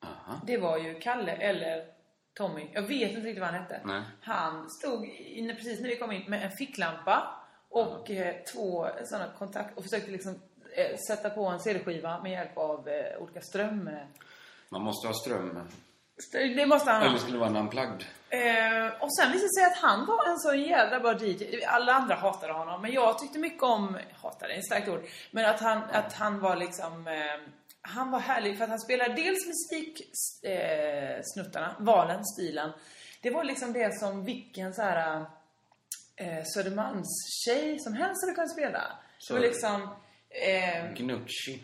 Aha.
Det var ju Kalle eller Tommy. Jag vet inte riktigt vad han hette.
Nej.
Han stod inne precis när vi kom in med en ficklampa och eh, två sådana kontakt och försökte liksom eh, sätta på en CD-skiva med hjälp av eh, olika ström.
Man måste ha ström.
St- Det måste han ha.
Eller skulle det vara en unplugged?
Eh, och sen visade det sig att han var en så jävla bra DJ. Alla andra hatade honom, men jag tyckte mycket om... Hatade är ett starkt ord. Men att han, att han var liksom... Eh, han var härlig för att han spelade dels musiksnuttarna, eh, snuttarna, valen, stilen. Det var liksom det som vilken så här eh, Södermalmstjej som helst hade kunnat spela. Det var
Så-
liksom... Eh,
Gnucci.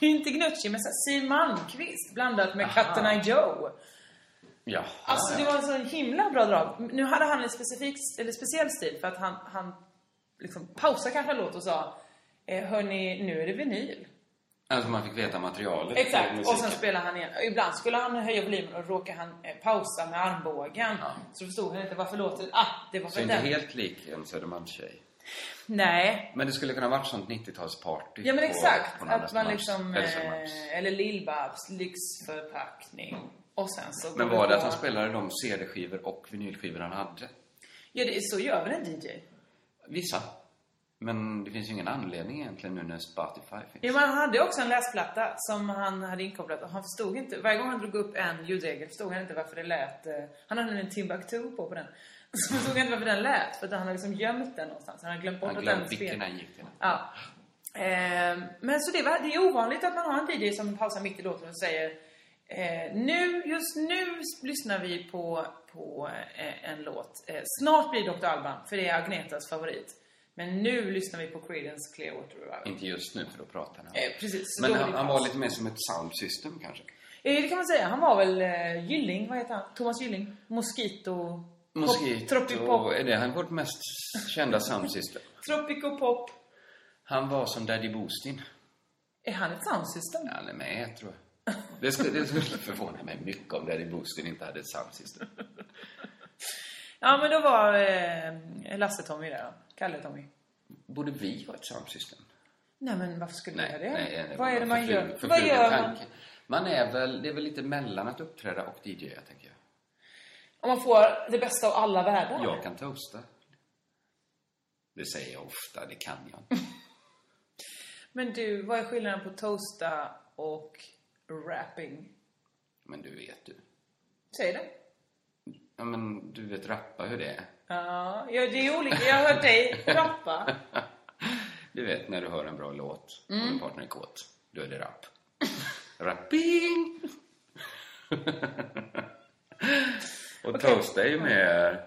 inte Gnucci, men så här Siw Malmkvist blandat med Katterna Joe.
Ja.
Alltså det var en sån himla bra drag. Nu hade han en specifik, eller speciell stil för att han, han liksom pausade kanske en låt och sa eh, Hörni, nu är det vinyl.
Alltså man fick veta materialet. till
Exakt,
musiken.
och sen spelade han igen. Ibland skulle han höja volymen och råkade han eh, pausa med armbågen.
Ja.
Så förstod han inte varför låten... Ah, det var
Så
för
inte
den.
helt lik en Södermalmstjej.
Nej.
Men det skulle kunna varit sånt 90-talsparty.
Ja men
på-
exakt.
på någon
att man
Östermalms-
liksom...
eller Södermalms.
Eh, eller Lill-Babs lyxförpackning. Och sen så...
Men var det att han spelade de CD-skivor och vinylskivor han hade?
Ja, det, så gör väl en DJ?
Vissa. Men det finns ju ingen anledning egentligen nu när Spotify finns.
Jo, men han hade också en läsplatta som han hade inkopplat och han förstod inte. Varje gång han drog upp en ljudregel förstod han inte varför det lät. eh, Han hade en Timbuktu på på den. Så förstod han inte varför den lät. För att han hade liksom gömt den någonstans. Han hade glömt bort
Han
att
glömde
den spelade.
vilken han gick till.
Ja. Ehm, men så det, var, det är ovanligt att man har en DJ som pausar mitt i låten och säger eh, nu, just nu s- lyssnar vi på, på eh, en låt. Eh, snart blir Dr. Alban, för det är Agnetas favorit. Men nu lyssnar vi på Creedence Clearwater Revival.
Inte just nu, för då pratar han.
Eh, precis.
men
Då var
han,
det
han
paus.
var lite mer som ett sound system kanske.
Eh, det kan man säga. Han var väl eh, Gylling, vad heter han? Thomas Gylling? Mosquito...
Moskit
Pop, tropipop,
och... Är det han vårt mest kända sound system?
Tropico Pop.
Han var som Daddy Boostin.
Är han ett soundsystem?
Han är med, tror jag. Det skulle, det skulle förvåna mig mycket om Daddy Boostin inte hade ett sound system.
Ja, men då var eh, Lasse-Tommy där då. Kalle-Tommy.
Borde vi ha ett sound system?
Nej, men varför skulle vi
Nej,
göra det?
nej,
Vad
var
är det man
förflugen-
gör? Vad
förflugen
gör man?
tanke. Man är väl, det är väl lite mellan att uppträda och DJa, tänker jag.
Om man får det bästa av alla världar?
Jag kan toasta. Det säger jag ofta, det kan jag inte.
Men du, vad är skillnaden på toasta och rapping?
Men du vet du.
Säg det.
Ja, men du vet rappa hur det är.
Ja, ja, det är olika. Jag har hört dig rappa.
Du vet när du hör en bra låt och
Mm.
din partner är kåt, då är det rapp. Rapping! och toasta är ju mer...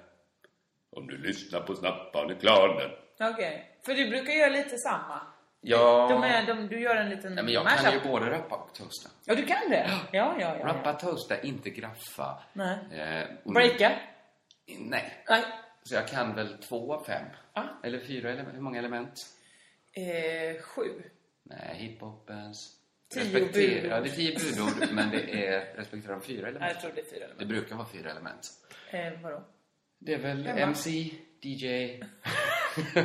Om du lyssnar på snappan i klanen.
Okej, för du brukar göra lite samma.
Ja,
De är, de, du gör en liten
Nej, men jag
mashup.
kan ju både rappa och toasta.
Ja, du kan det? Ja, ja, ja.
Rappa, toasta, inte graffa.
Nej.
Eh, och-
Breaka?
Nej.
Nej.
Så jag kan väl två av fem.
Ja.
Eller fyra, ele- hur många element?
Eh, sju.
Nej, hiphopens...
Tio
Respektera-
budord.
Ja, det är tio budord, men det är respektera de fyra
Nej, jag
elementen.
tror det är fyra eller
Det brukar vara fyra element.
eh, Vadå?
Det är väl
Hemma.
MC, DJ,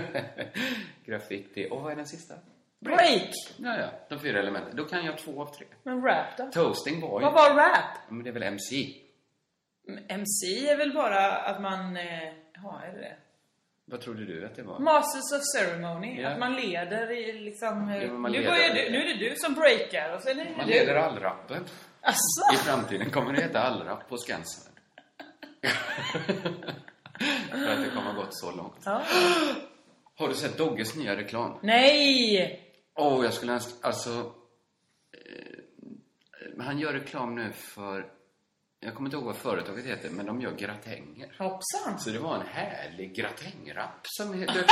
graffiti och vad är den sista?
Break!
Ja, ja, de fyra elementen. Då kan jag två av tre.
Men rap då?
Toasting var ju...
Vad var rap?
Ja, Men det är väl MC?
Mm, MC är väl bara att man... eh, Ja, är det det?
Vad trodde du att det var?
Masters of ceremony.
Ja.
Att man leder i liksom... eh,
Ja, men man
nu,
leder.
börjar du, nu är det du som breakar och sen är det
Man
du.
leder allrappen. I
Asså?
framtiden kommer det heta allrapp på Skansen. För att det kommer ha gått så långt.
Ja.
Har du sett Dogges nya reklam?
Nej!
Åh, jag skulle önska... Alltså... Eh, han gör reklam nu för... Jag kommer inte ihåg vad företaget heter, men de gör gratänger.
Hoppsan!
Så det var en härlig gratängrapp som dök upp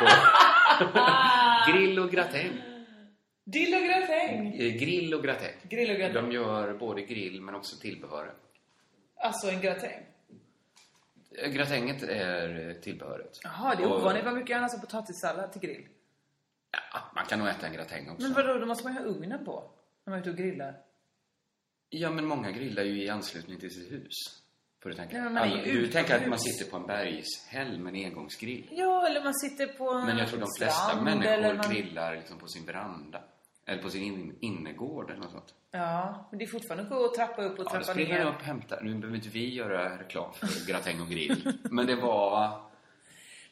på... Grill och gratäng.
Dill och gratäng.
Eh, Grill och gratäng.
Grill och gratäng.
De gör både grill men också tillbehör.
Alltså en gratäng.
Eh, Gratänget är eh, tillbehöret.
Jaha, det är
Och-
ovanligt vad mycket jag annars har potatissallad till grill.
Ja, man kan nog äta en gratäng också.
Men vadå, då måste man ju ha ugnen på när man är ute och grillar.
Ja, men många grillar ju i anslutning till sitt hus. Får du tänka.
Ja, men man är ju
Alltså, du tänker att man
utomhus.
sitter på en bergshäll med en engångsgrill.
Ja, eller man sitter på en
Men jag tror de flesta
strand, eller
människor
man...
grillar liksom på sin veranda. Eller på sin in- innergård eller något sånt.
Ja, men det är fortfarande att gå och trappa upp och
Ja, då
trappa
springer
ner.
jag upp och hämtar. Nu behöver inte vi göra reklam för gratäng och grill. Men det var...
Men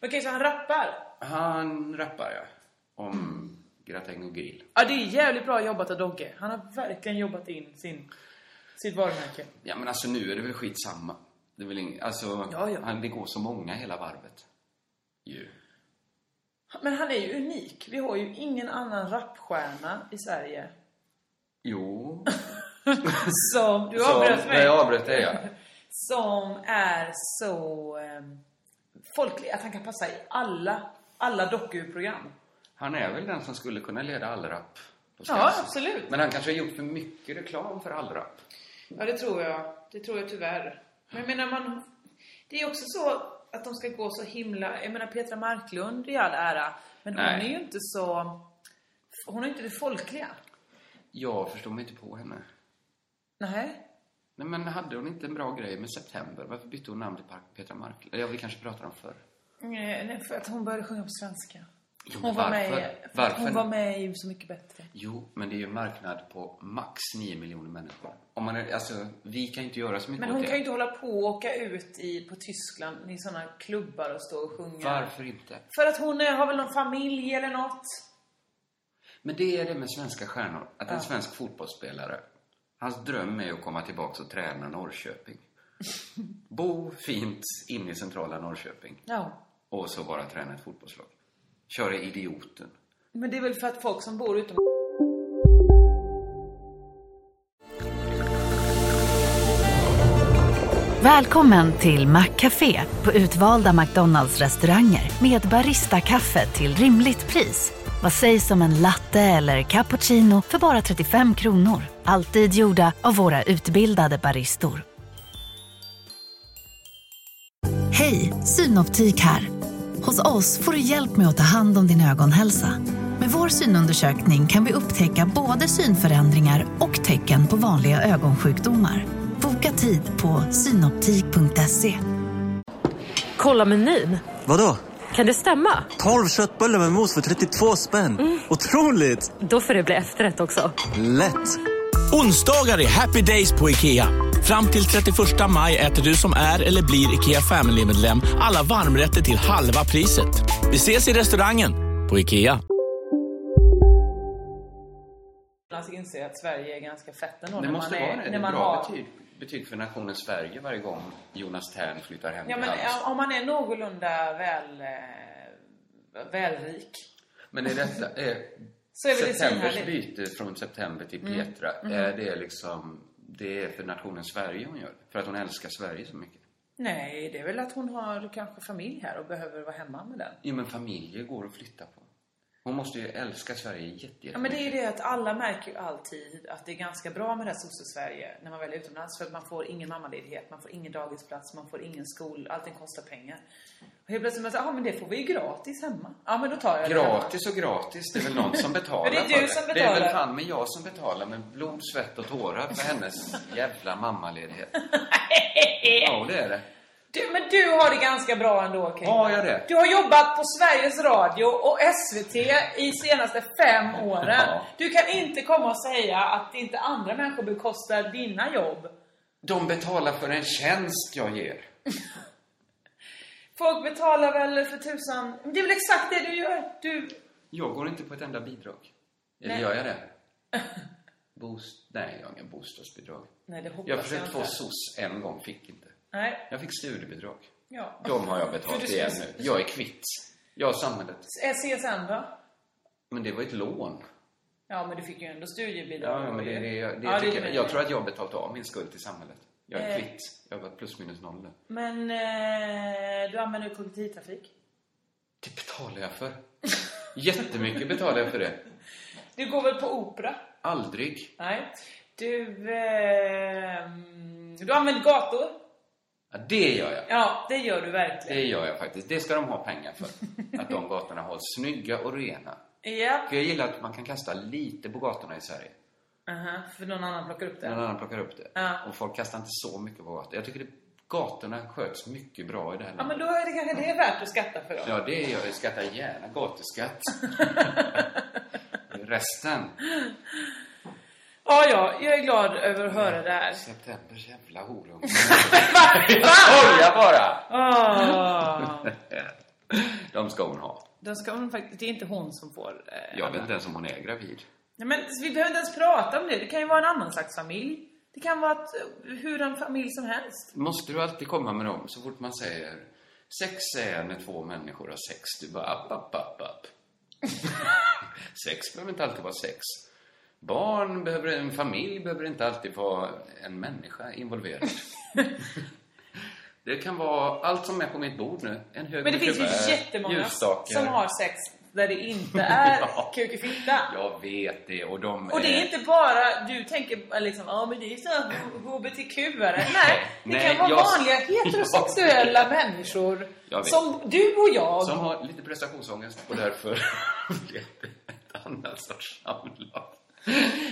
okej, så han rappar?
Han rappar, ja. Om gratäng och grill.
Ja, det är jävligt bra jobbat av Dogge. Han har verkligen jobbat in sin, sitt varumärke.
Ja, men alltså nu är det väl skitsamma. Det är väl ing... Alltså,
Ja, ja.
Han, det går så många hela varvet. Ju.
Men han är ju unik. Vi har ju ingen annan rapstjärna i Sverige.
Jo.
Som, du avbröt
Så-
mig.
Nej, jag avbröt dig, ja.
Som är så ehm, folklig att han kan passa i alla, alla dokuprogram.
Han är väl den som skulle kunna leda allrap. på
Ja,
Skansen.
absolut.
Men han kanske har gjort för mycket reklam för allrap.
Ja, det tror jag. Det tror jag tyvärr. Men jag menar, man... Det är också så att de ska gå så himla... Jag menar, Petra Marklund i all ära, men hon
Nej.
är ju inte så... Hon är inte det folkliga.
Jag förstår mig inte på henne.
Nej.
Nej, men hade hon inte en bra grej med September? Varför bytte hon namn till Park- Petra Marklund? Ja, vi kanske pratar om förr.
Nej, nej, för att hon började sjunga på svenska.
Jo,
Hon var,
varför?
med, för att
Varför?
hon var med i Så mycket bättre.
Jo, men det är ju en marknad på max 9 miljoner människor. Om man är, alltså, vi kan ju inte göra så mycket
Men hon
åt
kan
det.
ju inte hålla på och åka ut i, på Tyskland i såna klubbar och stå och sjunga.
Varför inte?
För att hon eh, har väl någon familj eller något.
Men det är det med svenska stjärnor. Att en svensk fotbollsspelare, hans dröm är att komma tillbaka och träna Norrköping. Bo fint inne i centrala Norrköping
Ja.
och så bara träna ett fotbollslag. Köra idioten.
Men det är väl för att folk som bor utom
Välkommen till Maccafé på utvalda McDonalds restauranger med Baristakaffe till rimligt pris. Vad sägs om en latte eller cappuccino för bara 35 kronor? Alltid gjorda av våra utbildade baristor. Hej, Synoptik här. Hos oss får du hjälp med att ta hand om din ögonhälsa. Med vår synundersökning kan vi upptäcka både synförändringar och tecken på vanliga ögonsjukdomar. Boka tid på synoptik.se.
Kolla menyn.
Vadå?
Kan det stämma?
12 köttbullar med mos för 32 spänn. Otroligt!
Då får det bli efterrätt också.
Lätt!
Onsdagar är happy days på IKEA. Fram till 31 maj äter du som är eller blir IKEA Family-medlem alla varmrätter till halva priset. Vi ses i restaurangen på IKEA.
utomlands inser Alltså att Sverige är ganska fett ändå.
Det
när
måste
man är,
vara det. Det
När
är
man
bra
har,
betyg, betyg för nationen Sverige varje gång Jonas Tern flyttar hem
ja,
till
men,
Halmstad.
ja, Om man är någorlunda väl, eh, välrik.
Men är detta, är
Så är väl det Mm.
septembers
synhärligt.
byte från september till Petra,
Mm-hmm.
är det liksom, det är för nationen Sverige hon gör det? För att hon älskar Sverige så mycket?
Nej, det är väl att hon har kanske familj här och behöver vara hemma med den.
Jo men familjer går att flytta på. Hon måste ju älska Sverige jätte,
Ja, men det är ju det att alla märker ju alltid att det är ganska bra med det här sosse-Sverige när man väl är utomlands. För att man får ingen mammaledighet, man får ingen dagisplats, man får ingen skol, allting kostar pengar. Och helt plötsligt man säger, ja ah, men det får vi ju gratis hemma. Ja men då tar jag det. hemma."
Gratis och gratis, det är väl någon som betalar
Men det är
för
du som
Det är väl
betalar.
han med jag som betalar med blod, svett och tårar för hennes jävla mammaledighet. ja, det är det.
Du, men du har det ganska bra ändå Kring.
Har jag det?
Du har jobbat på Sveriges Radio och SVT i senaste fem åren.
Ja.
Du kan inte komma och säga att inte andra människor bekostar dina jobb.
De betalar för en tjänst jag ger.
Folk betalar väl för tusan... Men Det är väl exakt det du gör? Du...
Jag går inte på ett enda bidrag. Eller
Nej.
gör jag det? Bost... Nej, jag har inga bostadsbidrag.
Nej, det hoppas
Jag
jag,
försökte få
inte.
SOS en gång, fick inte.
Nej.
Jag fick studiebidrag.
Ja.
De har jag
För du
betalat
skulle-
igen nu. Jag är kvitt. Jag och samhället.
CSN va?
Men det var ett lån.
Ja, men du fick ju ändå studiebidrag.
Ja, men det, det, det,
Ja,
tycker
menar
jag,
jag.
jag tror att jag har betalat av min skuld till samhället. Jag är
Eh.
kvitt. Jag har varit plus minus noll nu.
Men eh, du använder kollektivtrafik?
Det betalar jag för. Jättemycket betalar jag för det.
Du går väl på opera?
Aldrig.
Nej. Du... Eh, du använder gator?
Ja, det gör jag.
Ja, det gör du verkligen.
Det gör jag faktiskt. Det ska de ha pengar för. Att de gatorna hålls snygga och rena.
Japp.
För jag gillar att man kan kasta lite på gatorna i Sverige.
Aha, för någon annan plockar upp det.
Någon annan plockar upp det.
Ja.
Och folk kastar inte så mycket på gatorna. Jag tycker det, gatorna sköts mycket bra i det här
Ja, men
landet.
då är det kanske det är värt att skatta för då.
Ja, det gör jag. Skattar gärna gatuskatt. Resten.
Ja, ja, jag är glad över att höra det här.
Septembers jävla horunge. Jag skojar bara!
Åh.
De ska hon ha.
Då Ah. ska hon faktiskt, det är inte hon som får... Eh,
Jag vet inte ens om hon är gravid.
Nej, men vi behöver inte ens prata om det. Det kan ju vara en annan slags familj. Det kan vara att, eh, hur en familj som helst.
Måste du alltid komma med dem så fort man säger sex är när två människor har sex? Du bara app, app, app, app. sex behöver inte alltid vara sex. Barn behöver, en familj behöver inte alltid vara en människa involverad. det kan vara allt som är på mitt bord nu. En hög
Men det
med
finns
kuvert,
ju jättemånga
ljusstakar.
som har sex där det inte är
Ja.
kuk i fitta.
Jag vet det och de
Och det är inte bara, du tänker liksom, ja men det är ju sådana hbtq-are. Nej, det kan
Nej,
vara
jag-
vanliga heterosexuella människor.
Jag vet.
Som du och jag.
Som har lite prestationsångest och därför blev det ett annat sorts samlag.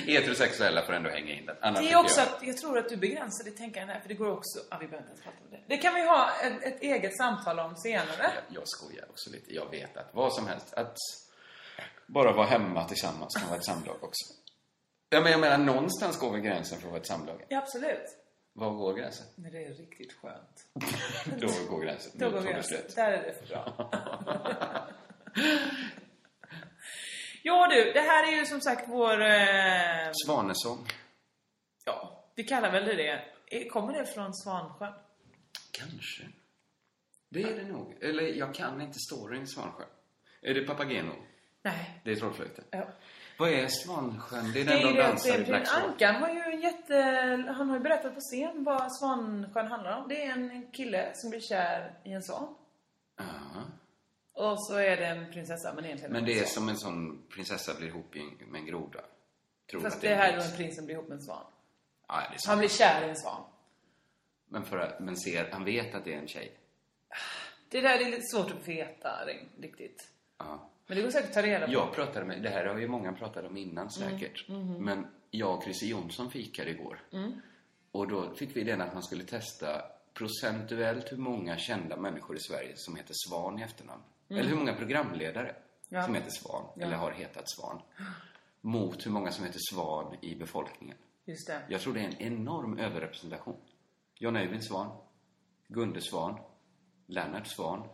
Heterosexuella får ändå hänga in den. Annars
Det
tycker
är också
jag-
att, jag tror att du begränsar ditt tänkande här, för det går också, ja vi behöver inte ens prata om det. Det kan vi ha ett, ett eget samtal om senare.
jag, jag skojar också lite. Jag vet att vad som helst, att bara vara hemma tillsammans kan vara ett samlag också. Ja, men jag menar, någonstans går väl gränsen för vad ett samlag är.
Ja, absolut.
Var går gränsen?
När det är riktigt skönt.
Då går gränsen.
Då
Nu
går
tar
vi
det
alltså.
slut.
Där är det för bra. ja du, det här är ju som sagt vår... Eh,
Svanesång.
ja, vi kallar väl det det. Eh, Kommer det från Svansjön?
Kanske. Det är det nog. Eller, jag kan inte storyn Svansjö. Är det Papageno?
Nej.
Det är trollflöjten.
Ja.
Vad är Svansjön? Det är
Det
den
är ju
de
det att
dansar i Black
Prins
Swan.
Ankan har ju en jätte... Han har ju berättat på scen vad Svansjön handlar om. Det är en kille som blir kär i en svan.
Ja.
Och så är det en prinsessa, men egentligen
Men det
en
är
svan.
som en sån prinsessa blir ihop i en- med en groda. Tror
Fast
att
det här är då
en
en prins som blir ihop med en svan.
Ja, det är sant.
Han blir kär i en svan.
Men, för att, men ser, han vet att det är en tjej.
Det där är lite svårt att veta riktigt.
Ja.
Men det går säkert att ta reda på.
Jag pratade med, det här har ju många pratat om innan säkert.
Mm,
Men jag och Chrissie Jonsson fikade igår. Och då fick vi idén att man skulle testa procentuellt hur många kända människor i Sverige som heter Svan i efternamn. Eller hur många programledare
Mm. Ja.
som heter Svan, eller har hetat Svan. Mot hur många som heter Svan i befolkningen.
Just det.
Jag tror det är en enorm överrepresentation. John Öivind Svan, Gunde Svan, Lennart Svan.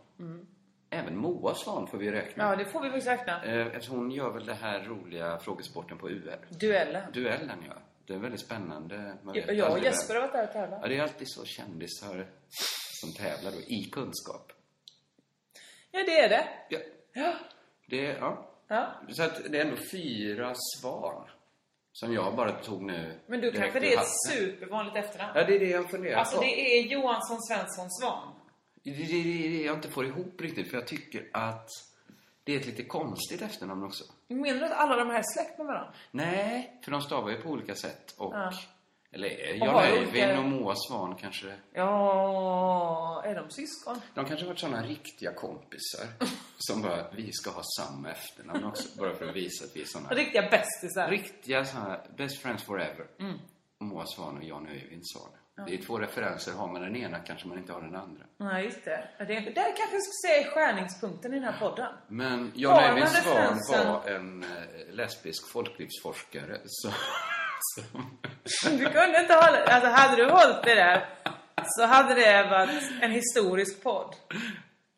Även Moa Svan får vi räkna.
Mm. Ja, det får vi faktiskt räkna.
Eh, Eftersom hon gör väl det här roliga frågesporten på UR.
Duellen.
Duellen, ja. Det är väldigt spännande. Man vet
Jag jag och
aldrig vem.
Jesper har varit där och tävlat.
Ja, det är alltid så kändisar som tävlar då, i kunskap.
Ja, det är det.
Ja.
Ja.
Det är, ja.
ja.
Så att det är ändå fyra svar som jag bara tog nu.
Men du
direkt
kanske det
ur
är ett
hatten.
supervanligt efternamn.
Ja, det är det jag funderar
Alltså
på.
det är Johansson Svensson Svan.
Det det- det är det jag inte får ihop riktigt, för jag tycker att det är ett lite konstigt efternamn också.
Menar du att alla de här är släkt med varandra?
Nej, för de stavar ju på olika sätt och...
Ja.
Eller eh,
Och
Jan
har olika-
Öivind och Moa Svan kanske...
Ja, är de syskon?
De kanske varit sådana riktiga kompisar som bara, vi ska ha samma efternamn också, bara för att visa att vi är sådana
Riktiga bästisar.
riktiga sådana best friends forever.
Mm.
Moa Svan och Jan Öivind Svan. Det är två referenser, har man den ena kanske man inte har den andra.
Nej, just det. Ja, det är, där kanske jag ska säga skärningspunkten i den här podden.
Men
Har
Jan
man
Eivind Svan
referensen?
var en eh, lesbisk folklivsforskare som, som...
Du kunde inte hålla... Alltså hade du hållit det där så hade det varit en historisk podd.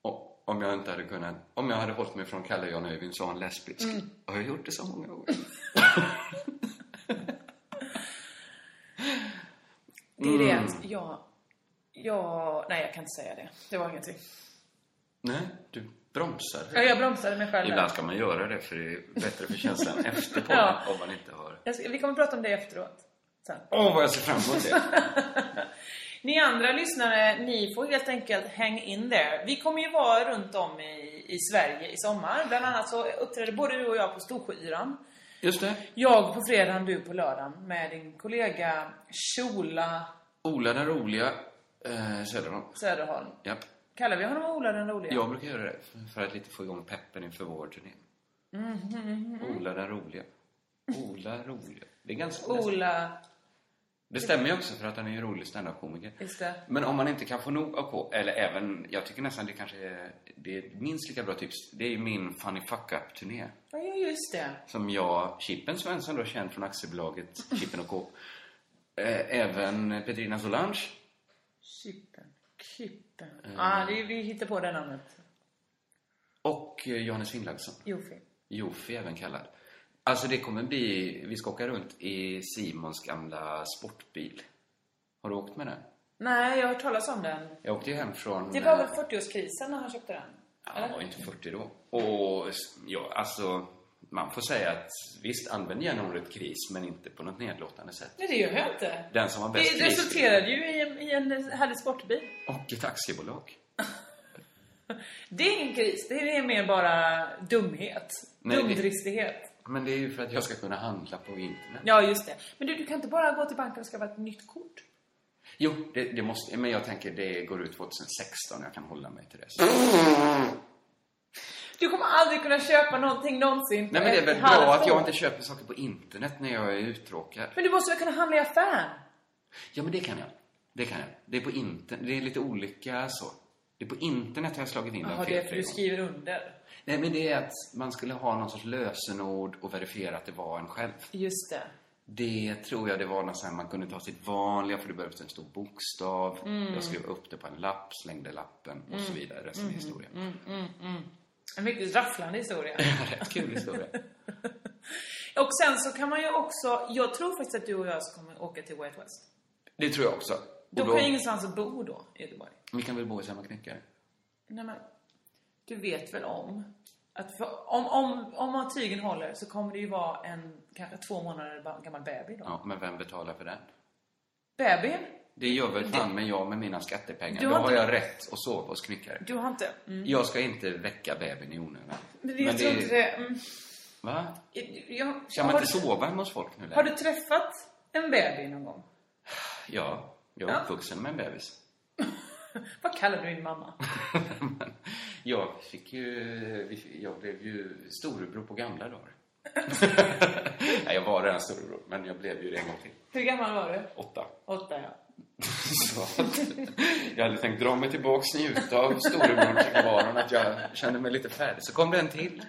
Och Om jag inte hade kunnat... Om jag hade hållit mig från att kalla Jan Öivind Svan lesbisk.
Mm.
Har jag gjort det så många gånger?
Det är
Mm.
det att jag... Jag... Nej, jag kan inte säga det. Det var ingenting.
Nej, du bromsar.
Ja, jag bromsade mig själv.
Ibland
där.
ska man göra det för det är bättre för känslan efter podden
Ja.
om man inte har...
Jag ska, vi kommer prata om det efteråt. Sen.
Åh, vad jag ser fram emot det!
Ni andra lyssnare, ni får helt enkelt hang in there. Vi kommer ju vara runt om i, i Sverige i sommar. Bland annat så uppträder både du och jag på Storsjöyran.
Just det.
Jag på fredagen, du på lördagen med din kollega Kjola
Ola den roliga Eh, Söderholm.
Söderholm.
Japp.
Kallar vi honom Ola den roliga?
Jag brukar göra det för att lite få igång peppen inför vår turné.
Mm-hmm.
Ola den roliga. Ola roliga. Det är ganska...
Ola,
Det stämmer ju också för att han är ju en rolig standup-komiker.
just det.
Men om man inte kan få nog av K, eller även, jag tycker nästan det kanske är, det är ett minst lika bra tips. Det är ju min Funny Fuck Up-turné.
Ja, ja, just det.
Som jag, Chippen Svensson då, känd från aktiebolaget Chippen och K. Eh, Även Petrina Solange.
Chippen. Chippen. Ja, ah, det, vi hittar på det namnet.
Och eh, Johannes Finnlaugsson.
Jofi.
Jofi även kallad. Alltså det kommer bli, vi ska åka runt i Simons gamla sportbil. Har du åkt med den?
Nej, jag har hört talas om den.
Jag åkte ju hem från...
Det var
eh,
väl 40-årskrisen när han köpte den?
Ja, Han var ju inte 40 då. Och s- ja, alltså, man får säga att visst, använd gärna ordet kris, men inte på något nedlåtande sätt.
Nej, det gör jag inte.
Den som har
Det
bäst kris
resulterade ju i en, i en härlig sportbil.
och ett aktiebolag.
Det är ingen kris, det är mer bara dumhet.
Nej, det-
Dumdristighet.
Men det är ju för att jag ska kunna handla på internet.
Ja, just det. Men du, du kan inte bara gå till banken och skaffa ett nytt kort?
Jo, det, det måste, men jag tänker det går ut 2016, jag kan hålla mig till det.
Du kommer aldrig kunna köpa någonting någonsin.
Nej men det är väl bra att jag inte köper saker på internet när jag är uttråkad.
Men du måste väl kunna handla i affären?
Ja, men det kan jag. Det kan jag. Det är på internet, det är lite olika så. Det är på internet har jag slagit in
Jaha,
den
det är för
felfria
du
gången.
skriver under.
Nej, men det är att man skulle ha någon sorts lösenord och verifiera att det var en själv.
Just det.
Det tror jag det var något så här, man kunde ta sitt vanliga för det behövdes en stor bokstav.
Mm.
Jag skrev upp det på en lapp, slängde lappen och så vidare. Resten
Mm-hmm.
är historia.
Mm. En riktigt rafflande historia.
Rätt kul historia.
och sen så kan man ju också, jag tror faktiskt att du och jag kommer åka till White West.
Det tror jag också.
Då
Och
har
då,
jag ingenstans att bo då, i Göteborg.
vi kan väl bo i samma knyckare?
Nej men, du vet väl om att för, om, om, om tygen håller så kommer det ju vara en kanske två månader ba- gammal baby då.
Ja, men vem betalar för den?
Bebisen?
Det gör väl fan med jag med mina skattepengar.
Du
Då
har
har
inte-
jag rätt att sova hos knyckare.
Du har inte... Mm.
Jag ska inte väcka bebisen i onödan.
Men jag tror inte det... Mm,
Va?
jag,
Kan man
har,
inte
du,
sova hemma hos folk nu längre?
har du träffat en baby någon gång?
Ja, jag är
Ja.
uppvuxen med en bebis.
Vad kallar du din mamma?
Men jag fick ju... vi fick- Jag blev ju storebror på gamla dagar. Nej, jag var redan storebror, men jag blev ju det en gång till.
Hur gammal var du?
Åtta.
Åtta ja.
Så att jag hade tänkt dra mig tillbaks, njuta av storebrorstillvaron, att jag kände mig lite färdig. Så kom det en till.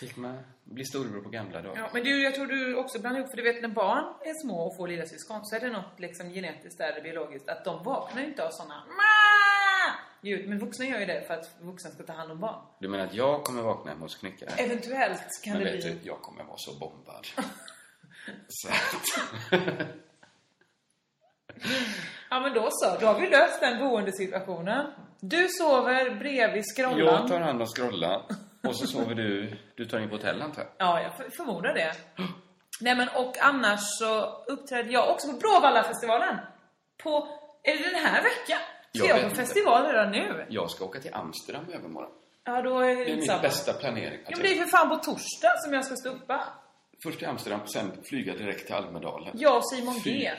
Fick man bli storebror på gamla dagar.
Ja, men du, jag tror du också blandar ihop, för du vet när barn är små och får lillasyskon så är det något liksom genetiskt där, biologiskt, att de vaknar ju inte av sådana ljud. Men vuxna gör ju det för att vuxna ska ta hand om barn.
Du menar att jag kommer vakna hemma hos knyckaren?
Eventuellt kan
Men typ-
det
vet
bli...
du, jag kommer vara så bombad. så att...
Ja men då så, då har vi löst den boendesituationen. Du sover bredvid skrollan.
Jag tar hand om skrollan och så sover du. Du tar in på hotell antar jag?
Ja, jag för- förmodar det. Nej men och annars så uppträdde jag också på Bråvallafestivalen. På... Är det den här veckan? Ska
Jag
jag,
vet
på
inte.
festival redan nu?
Jag ska åka till Amsterdam i övermorgon.
Ja, då är det,
Det är min
samma.
bästa planering. Att
Ja, men det är för fan på torsdag som jag ska stå uppe.
jag- Först till Amsterdam, sen flyga direkt till Almedalen.
Jag och Simon G.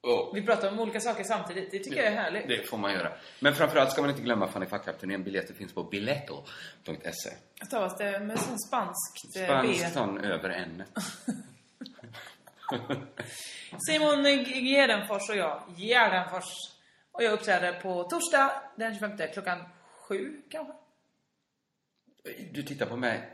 Och
Vi pratar om olika saker samtidigt. Det tycker jag är härligt.
det får man göra. Men framförallt ska man inte glömma Fanny Fuck-up-turnén. Biljetter finns på biletto.se.
Stavas det med sån spanskt eh,
Spanskt
B?
sån över N.
Simon G- Gärdenfors och jag, Gärdenfors. Och jag uppträder på torsdag den 25 klockan sju kanske.
Du tittar på mig.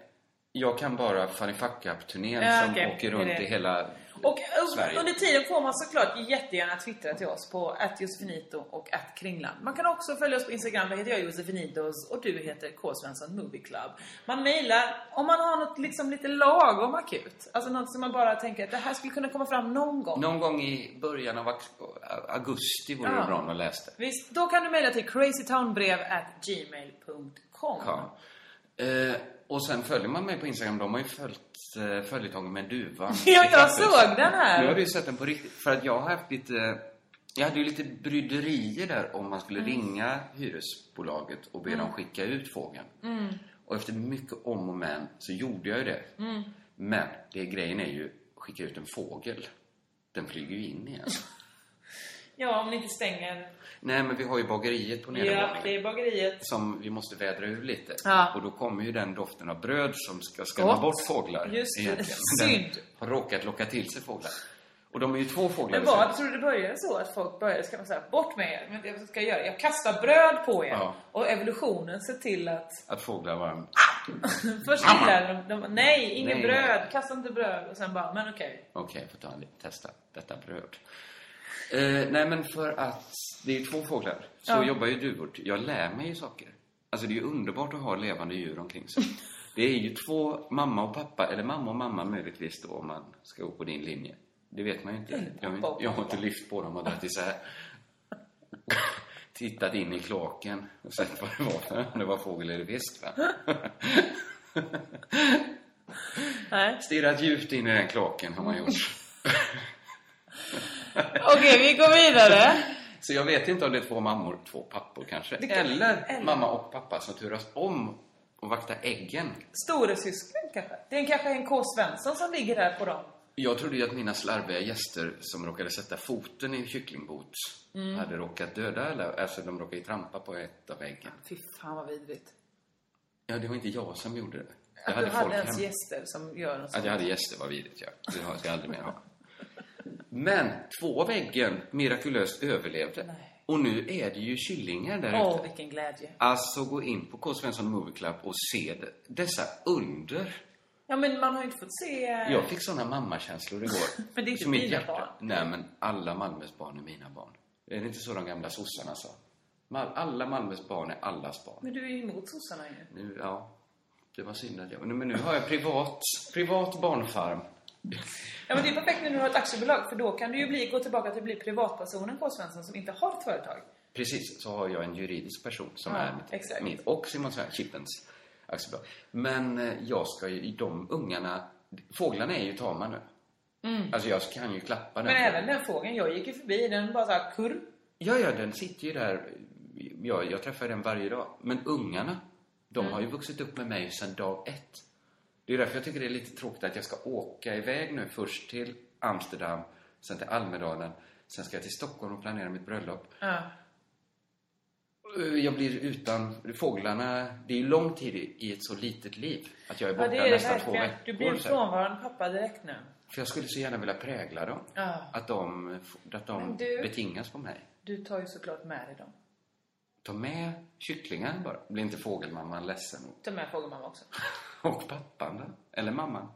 Jag kan bara Fanny Fuck-up-turnén
Ja,
som
okej.
åker runt
Det är det.
i hela
Och eh,
Sverige.
under tiden får man såklart jättegärna twittra till oss på @josefinito och @kringland. Man kan också följa oss på Instagram, där heter jag Josefinitos och du heter K. Svensson Movie Club. Man mejlar om man har något liksom lite lagom akut. Alltså något som man bara tänker att det här skulle kunna komma fram någon gång.
Någon gång i början av ak- augusti vore
Ja.
det bra om de läste.
Visst, då kan du mejla till crazytownbrev
Ja. Eh, och sen följer man mig på Instagram. De har ju följt eh, följetongen med en duva.
Ja,
i
jag
trapphuset.
såg den
Nu har
här!
du ju sett den på riktigt. För att jag har haft lite... Jag hade ju lite bryderier där om man skulle
Mm.
ringa hyresbolaget och be dem skicka ut fågeln.
Mm.
Och efter mycket om och men så gjorde jag ju det.
Mm.
Men det grejen är ju, skicka ut en fågel. Den flyger ju in igen.
Ja, om ni inte stänger.
Nej, men vi har ju bageriet på
Ja,
nedervåningen.
det är bageriet.
Som vi måste vädra ur lite.
Ja.
Och då kommer ju den doften av bröd som ska skrämma
Gott.
bort fåglar.
Just det.
egentligen. Men den
Synd.
har råkat locka till sig fåglar. Och de är ju två fåglar.
Men vad, tror du det började så att folk började ska man säga bort med er, men jag ska jag göra? Jag kastar bröd på er.
Ja.
Och evolutionen ser till att
Att fåglar var...
först gillade de, de nej, inget
Nej.
bröd, kasta inte bröd och sen bara, men okej.
Okej, jag får ta en liten testa detta bröd. Eh, nej, men för att det är två fåglar. Så
Ja.
jobbar ju duvor. Jag lär mig ju saker. Alltså, det är ju underbart att ha levande djur omkring sig. Det är ju två, mamma och pappa, eller mamma och mamma möjligtvis då om man ska gå på din linje. Det vet man ju inte. Jag, har inte- jag har inte lyft på dem och dragit isär. Tittat in i kloaken och sett vad det var för, om det var fågel eller fisk va?
Nej.
Stirrat djupt in i den kloaken har man gjort.
Okej, vi går vidare.
Så jag vet inte om det är två mammor, två pappor kanske. eller, mamma och pappa som turas om och vakta äggen.
Storasyskon kanske? Det är kanske en K. Svensson som ligger där på dem.
Jag trodde ju att mina slarviga gäster som råkade sätta foten i kycklingbot
Mm.
hade råkat döda eller alltså de råkade ju trampa på ett av äggen.
Fy fan vad vidrigt.
Ja, det var inte jag som gjorde det. Jag
Att
hade
du hade
folk
ens
hemma.
gäster som gör något
Att jag hade gäster var vidrigt, ja. Det har- ska jag aldrig mer ha. Men två av äggen mirakulöst överlevde.
Nej.
Och nu är det ju kyllingar där
Åh,
ute.
vilken glädje.
Alltså gå in på K. Svensson Movie Club och se det. dessa under.
Ja, men man har ju inte fått se...
Jag fick såna mammakänslor igår.
Men det är inte
Så mitt
dina
hjärta-
barn.
Nej, men alla Malmös barn är mina barn. Är det inte så de gamla sossarna sa? Mal- Alla Malmös barn är allas barn.
Men du är ju emot sossarna ju.
Nu, ja. Det var synd att jag... Men nu har jag privat, privat barnfarm.
Ja, men det är perfekt när du har ett aktiebolag för då kan du ju bli, gå tillbaka till att bli privatpersonen K. Svensson som inte har ett företag.
Precis, så har jag en juridisk person som
Ja,
är mitt,
exakt.
mitt och Simon Svensson, Chippens aktiebolag. Men eh, jag ska ju, de ungarna, fåglarna är ju tama nu. Alltså jag kan ju klappa den.
Mm. Men även den fågeln, jag gick ju förbi den bara såhär kurr.
Ja, ja, den sitter ju där. Ja, jag träffar den varje dag. Men ungarna, de har
Mm.
ju vuxit upp med mig sedan dag ett. Det är därför jag tycker det är lite tråkigt att jag ska åka iväg nu först till Amsterdam, sen till Almedalen, sen ska jag till Stockholm och planera mitt bröllop.
Ja.
Eh, Jag blir utan fåglarna. Det är ju lång tid i- i ett så litet liv. Att jag är
Ja,
borta
det är det
nästan två
verkligen.
veckor.
Du blir
så här.
frånvarande pappa direkt nu.
För jag skulle så gärna vilja prägla dem.
Ja.
Att de, att de
Men du-
betingas på mig.
Du tar ju såklart med dig dem.
Ta med kycklingar bara. Blir inte fågelmamman ledsen?
Ta med fågelmamma också.
Och pappan då? Eller mamman?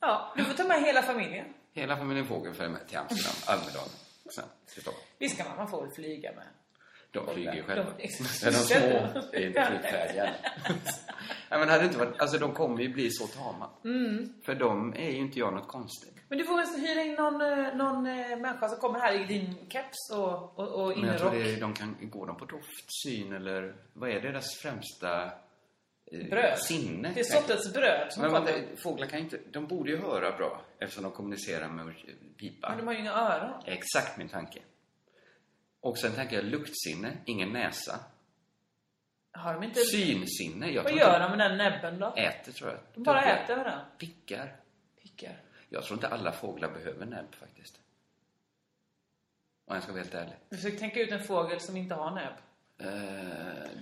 Ja, du får ta med hela familjen.
Hela familjen Fågel följer med till Amsterdam, Almedalen, sen till Stockholm.
Viskamamman får väl flyga med.
De flyger ju
De-
själva.
de-
Sen de små är inte flygfärdiga. Nej, men hade det inte varit, alltså de kommer ju bli så tama.
Mm.
För de är ju inte jag något konstigt.
Men du får väl hyra in någon, eh, någon eh, människa som kommer här i din keps och, och, och
Men jag tror
innerrock.
det, är- de kan, går de på doft, syn eller vad är deras främsta eh,
Bröd.
sinne?
Det är sortens bröd som
Men
pratar.
vad- fåglar kan ju inte, de borde ju höra bra eftersom de kommunicerar med pipa.
Men de har ju inga öron.
Exakt min tanke. Och sen tänker jag luktsinne, ingen näsa.
Har de inte...
Synsinne. Jag
Vad
tror
gör
inte-
de med den näbben då?
Äter, tror jag.
De bara
Tuggar.
äter varandra.
Pickar.
Pickar.
Jag tror inte alla fåglar behöver näbb faktiskt. Om jag ska vara helt ärlig.
Jag försöker tänka ut en fågel som inte har näbb.
Eh,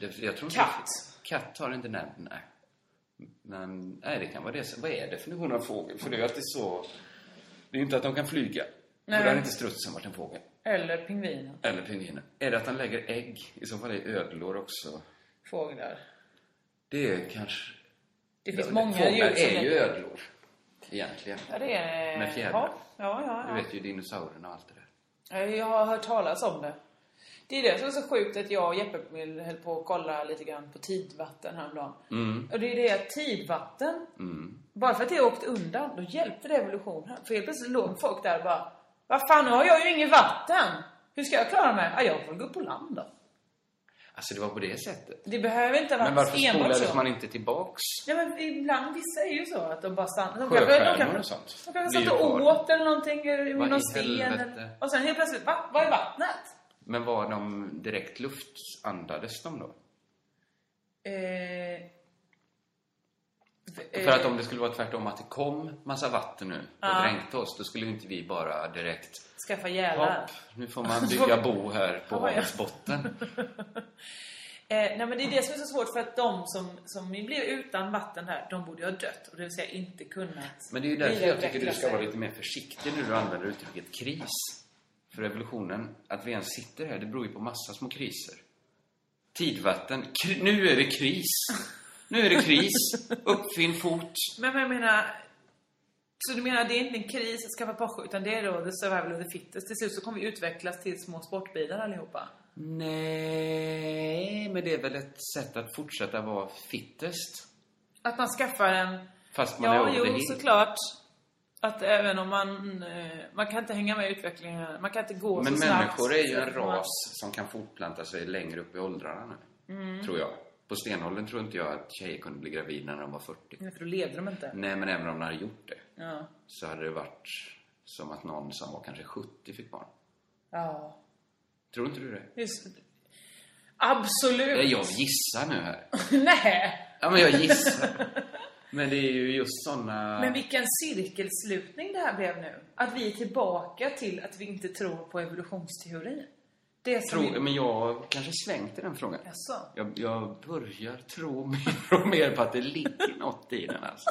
det, jag tror inte
Katt.
katt har inte näbb, nej. Men, nej, det kan vara det. Så Vad är definitionen av fågel? För det är ju alltid så... Det är ju inte att de kan flyga. Nej.
Nej.
Då hade inte strutsen varit en fågel.
Eller pingviner.
Eller pingvinen. Är det att han lägger ägg? I så fall är ödlor också...
Fåglar.
Det är kanske...
Det finns
Ja,
många
fåglar
djur som...
är ju ödlor. Egentligen.
Ja, det är...
Med fjädrar.
Ja, ja, ja.
Du vet ju dinosaurerna och allt det
Ja,
där.
Jag har hört talas om det. Det är det som är så sjukt att jag och Jeppe höll på att kolla lite grann på tidvatten häromdagen.
Mm.
Och det är det att tidvatten, bara för att det åkte undan, då hjälpte det evolutionen. För helt plötsligt låg folk där och bara Vad fan, nu har jag ju inget vatten! Hur ska jag klara mig? Ja, jag får gå upp på land då.
Alltså det var på det sättet.
Det behöver inte vara
Men varför
enbart
spolades
så.
man inte tillbaks?
Nej men ibland, vissa är ju så att de bara stannar. De kanske, de
Sjöstjärnor och
kanske,
sånt.
de kanske
blir ju
satt och
kvar.
åt eller någonting ur
Vad i
någon sten.
helvete?
eller- Och sen helt plötsligt, va? Vad är vattnet?
Men var de direkt luftandades de då?
Eh, eh,
För att om det skulle vara tvärtom, att det kom massa vatten nu och
Ja.
dränkte oss, då skulle ju inte vi bara direkt
skaffa gälar.
Hopp, nu får man bygga bo här på havets botten.
Eh, nej men det är det som är så svårt för att de som, som blev utan vatten här, de borde ju ha dött. Och det vill säga inte kunnat
Men det är ju därför jag tycker du
vidareutveckla
ska
sig.
vara lite mer försiktig när du använder uttrycket kris. För revolutionen, att vi ens sitter här, det beror ju på massa små kriser. Tidvatten, kri- nu är det kris! Nu är det kris! Uppfinn fort!
Men jag menar... Så du menar det är inte en kris att skaffa Porsche utan det är då the survival of the fittest. Till slut så kommer vi utvecklas till små sportbilar allihopa.
Nej, men det är väl ett sätt att fortsätta vara fittest?
Att man skaffar en...
Fast man är
Ja,
over the
jo,
hill.
såklart. Att även om man... eh, Man kan inte hänga med i utvecklingen. Man kan inte gå
Men
så snabbt.
människor är ju en
Så att man-
ras som kan fortplanta sig längre upp i åldrarna nu.
Mm.
Tror jag. På stenåldern tror inte jag att tjejer kunde bli gravida när de var 40.
Nej, för då leder de inte.
Nej, men även om de hade gjort det.
Ja.
Så hade det varit som att någon som var kanske 70 fick barn.
Ja.
Tror inte du det?
Just... Absolut!
Nej, jag gissar nu här.
Nej!
Ja, men jag gissar. Men det är ju just såna...
Men vilken cirkelslutning det här blev nu. Att vi är tillbaka till att vi inte tror på evolutionsteorin. Det som
Tro...
vi...
Men jag kanske svängt i den frågan.
Jaså?
Jag, jag börjar tro mer och mer på att det ligger något i den alltså.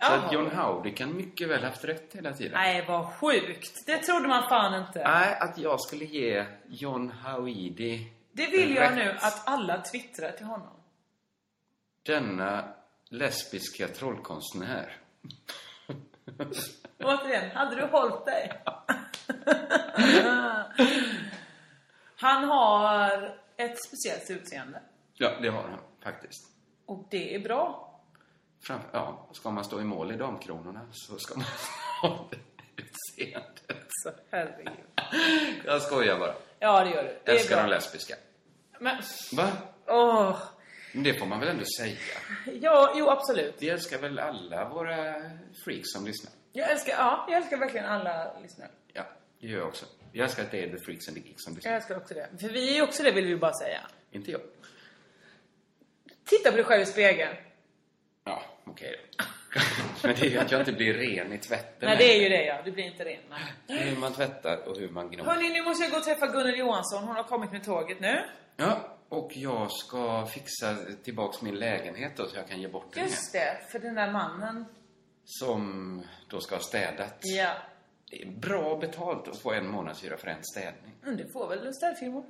Så att John Howdy kan mycket väl haft rätt hela tiden.
Nej, vad sjukt! Det trodde man fan inte.
Nej, att jag skulle ge John Howdy
Det vill jag
rätt.
nu att alla twittrar till honom.
Denna lesbiska trollkonstnär.
Återigen, hade du hållit dig? Han har ett speciellt utseende.
Ja, det har han faktiskt.
Och det är bra.
Fram, ja, ska man stå i mål i Damkronorna så ska man ha det utseendet.
Så herregud.
Jag skojar bara.
Ja, det gör du. Det
Älskar
är
de
bra.
lesbiska.
Men,
Va?
åh.
Men Det får man väl ändå säga.
Ja, jo absolut.
Vi älskar väl alla våra freaks som lyssnar.
Jag älskar, ja, jag älskar verkligen alla lyssnare.
Ja, det gör jag också. Jag älskar att det är the freaks and the geeks som lyssnar.
Jag älskar också det. För vi är ju också det, vill vi bara säga.
Inte jag.
Titta på dig själv i spegeln.
Ja, okej då. Men det är ju att jag inte blir ren i tvätten.
Nej, det är ju det ja. Du blir inte ren. nej.
Hur man tvättar och hur man gnor.
Hörni, nu måste jag gå och träffa Gunnel Johansson. Hon har kommit med tåget nu.
Ja, och jag ska fixa tillbaks min lägenhet då så jag kan ge bort den igen.
Just det, för den där mannen.
Som då ska ha städat.
Ja.
Det är bra betalt att få en månadshyra för en städning.
Mm, du får väl städfirmor.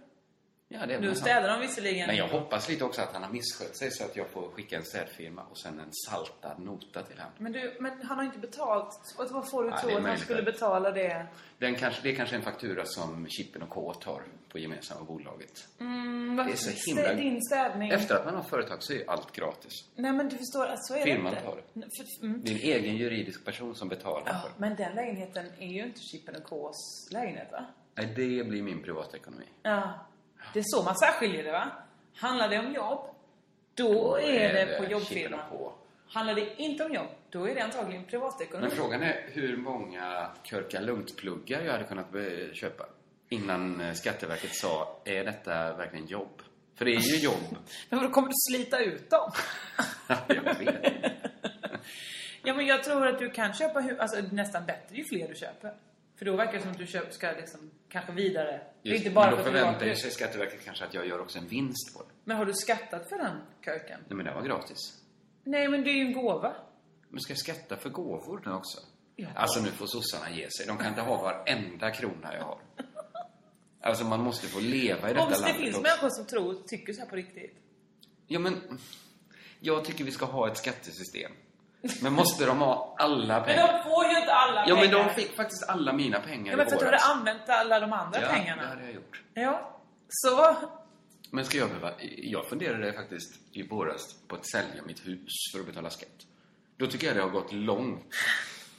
Ja, det är väl
Nu
sant.
städar de visserligen.
Men jag hoppas lite också att han har misskött sig så att jag får skicka en städfirma och sen en saltad nota till honom.
Men, du, men han har inte betalt. Och vad får du
Ja, det
tro
är
att han
möjligt.
skulle betala det?
Den kanske, det är kanske en faktura som Chippen och K tar på gemensamma bolaget.
Mm,
Det är så himla-
Din städning.
Efter att man har företag så är ju allt gratis.
Nej men du förstår, att så är
Firman
det inte.
tar det.
Nej, för- Mm.
Det är en egen juridisk person som betalar
Ja,
för det.
men den lägenheten är ju inte Chippen och Ks lägenhet va?
Nej, det blir min privatekonomi.
Ja. Det är så man särskiljer det va? Handlar det om jobb, då är det på
Eh, Chippen och
jobbfirman.
K.
Handlar det inte om jobb, då är det antagligen privatekonomi.
Men frågan är hur många körka lugnt-pluggar jag hade kunnat be- köpa innan eh, Skatteverket sa, är detta verkligen jobb? För det är ju jobb.
Men då kommer du slita ut dem.
jag vet.
Ja men jag tror att du kan köpa hu- alltså, nästan bättre ju fler du köper. För då verkar det som att du köp, ska liksom, kanske vidare. Det är
Just,
inte bara
men då
för att du har-
förväntar ju sig Skatteverket kanske att jag gör också en vinst på det.
Men har du skattat för den köken?
Nej, men det var gratis.
Nej men det är ju en gåva.
Men ska jag skatta för gåvor nu också? Alltså nu får sossarna ge sig. De kan inte ha varenda krona jag har. Alltså man måste få leva i detta
Om det
landet
finns
också.
människor som tror och tycker så här på riktigt.
Ja, men jag tycker vi ska ha ett skattesystem. Men måste de ha alla
Men
pengar?
de får ju inte alla
Ja, men
pengar.
de fick faktiskt alla mina pengar
Ja, men för att du
i
hade
våras.
använt alla de andra
ja, det
pengarna.
hade jag gjort.
Ja. Så,
Men ska jag behöva... Jag funderade faktiskt i våras på att sälja mitt hus för att betala skatt. Då tycker jag det har gått långt.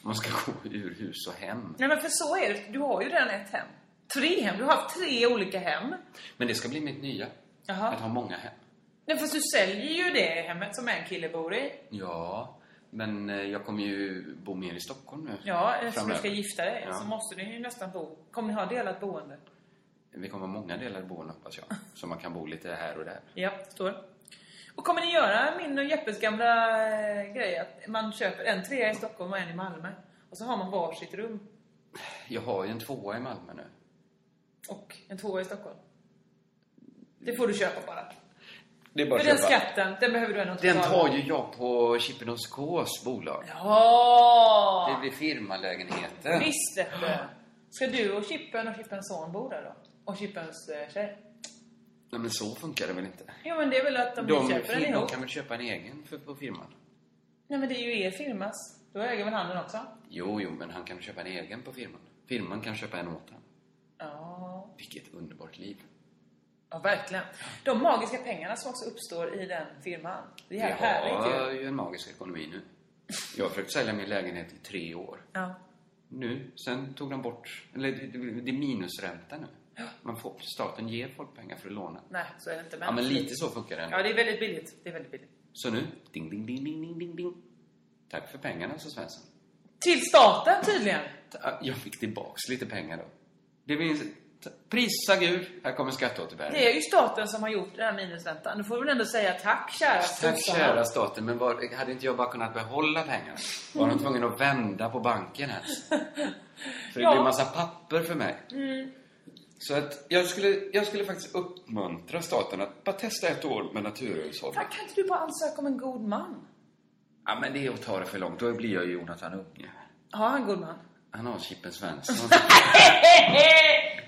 Man ska gå ur hus och hem.
nej men för så är det. Du har ju redan ett hem. Tre hem. Du har haft tre olika hem.
Men det ska bli mitt nya.
Jaha.
Att ha många hem.
Nej fast du säljer ju det hemmet som en kille bor i.
Ja, men eh, jag kommer ju bo mer i Stockholm nu.
Ja, eftersom du
framöver.
ska gifta dig
Ja.
så måste du ju nästan bo. Kommer ni ha delat boende?
Vi kommer ha många delar i boende hoppas jag. Så man kan bo lite här och där.
Ja, förstår. Och kommer ni göra min och Jeppes gamla eh, grej att man köper en trea i Stockholm och en i Malmö? Och så har man varsitt rum.
Jag har ju en tvåa i Malmö nu.
Och en tvåa i Stockholm. Det får du köpa bara.
Det är bara
För den skatten, den behöver du ändå inte
Den
betala.
tar ju jag på Chippen och Ks bolag.
Ja!
Det blir firmalägenheten.
Visst vet du. Ska du och Chippen och Chippens son bo där då? Och Chippens eh, tjej?
Nej, men så funkar det väl inte?
Jo men det är väl att de,
De,
köper den
firman
ihop?
kan väl köpa en egen för, på firman?
Nej men det är ju er firmas. Då äger väl han den också?
Jo, jo, men han kan köpa en egen på firman. Firman kan köpa en åt honom.
Ja.
Vilket underbart liv.
Ja verkligen. De magiska pengarna som också uppstår i den firman. Det är
Vi
ja. härligt ju.
har ju en magisk ekonomi nu. Jag har försökt sälja min lägenhet i tre år.
Ja.
Nu, sen tog de bort... Eller det, det, det är minusränta nu. Man får, staten ger folk pengar för att låna.
Nej, så är det inte. Men,
Ja, men lite så funkar det.
Ja, det är väldigt billigt. Det är väldigt billigt.
Så nu, ding, ding, ding, ding, ding, ding, ding. Tack för pengarna, sa Svensson.
Till staten tydligen.
Ta- Jag fick tillbaks lite pengar då. Det finns... ta- Prisa Gud, här kommer skatteåterbäring.
Det är ju staten som har gjort den här minusräntan. Du får väl ändå säga tack kära
Tack
sossarna.
kära staten, men var, hade inte jag bara kunnat behålla pengarna? Var de tvungna att vända på banken här? För det
Ja.
blir massa papper för mig. Så att jag skulle, jag skulle faktiskt uppmuntra staten att bara testa ett år med naturhushållning.
Fan, Kan inte du bara ansöka om en god man?
Ja, men det är att ta det för långt. Då blir jag ju Jonathan Unge.
Har han god man?
Han har Chippen Svensson.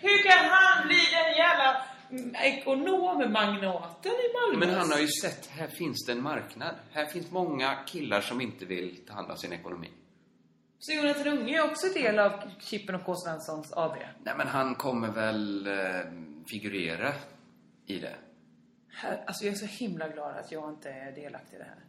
Hur kan han bli den jävla mm, ekonomagnaten i Malmö?
Men han har ju sett, här finns det en marknad. Här finns många killar som inte vill ta hand om sin ekonomi.
Så Jonathan Unge är också del av Chippen och K. Svenssons AB?
Nej, men han kommer väl eh, figurera i det.
Här- Alltså jag är så himla glad att jag inte är delaktig i det här.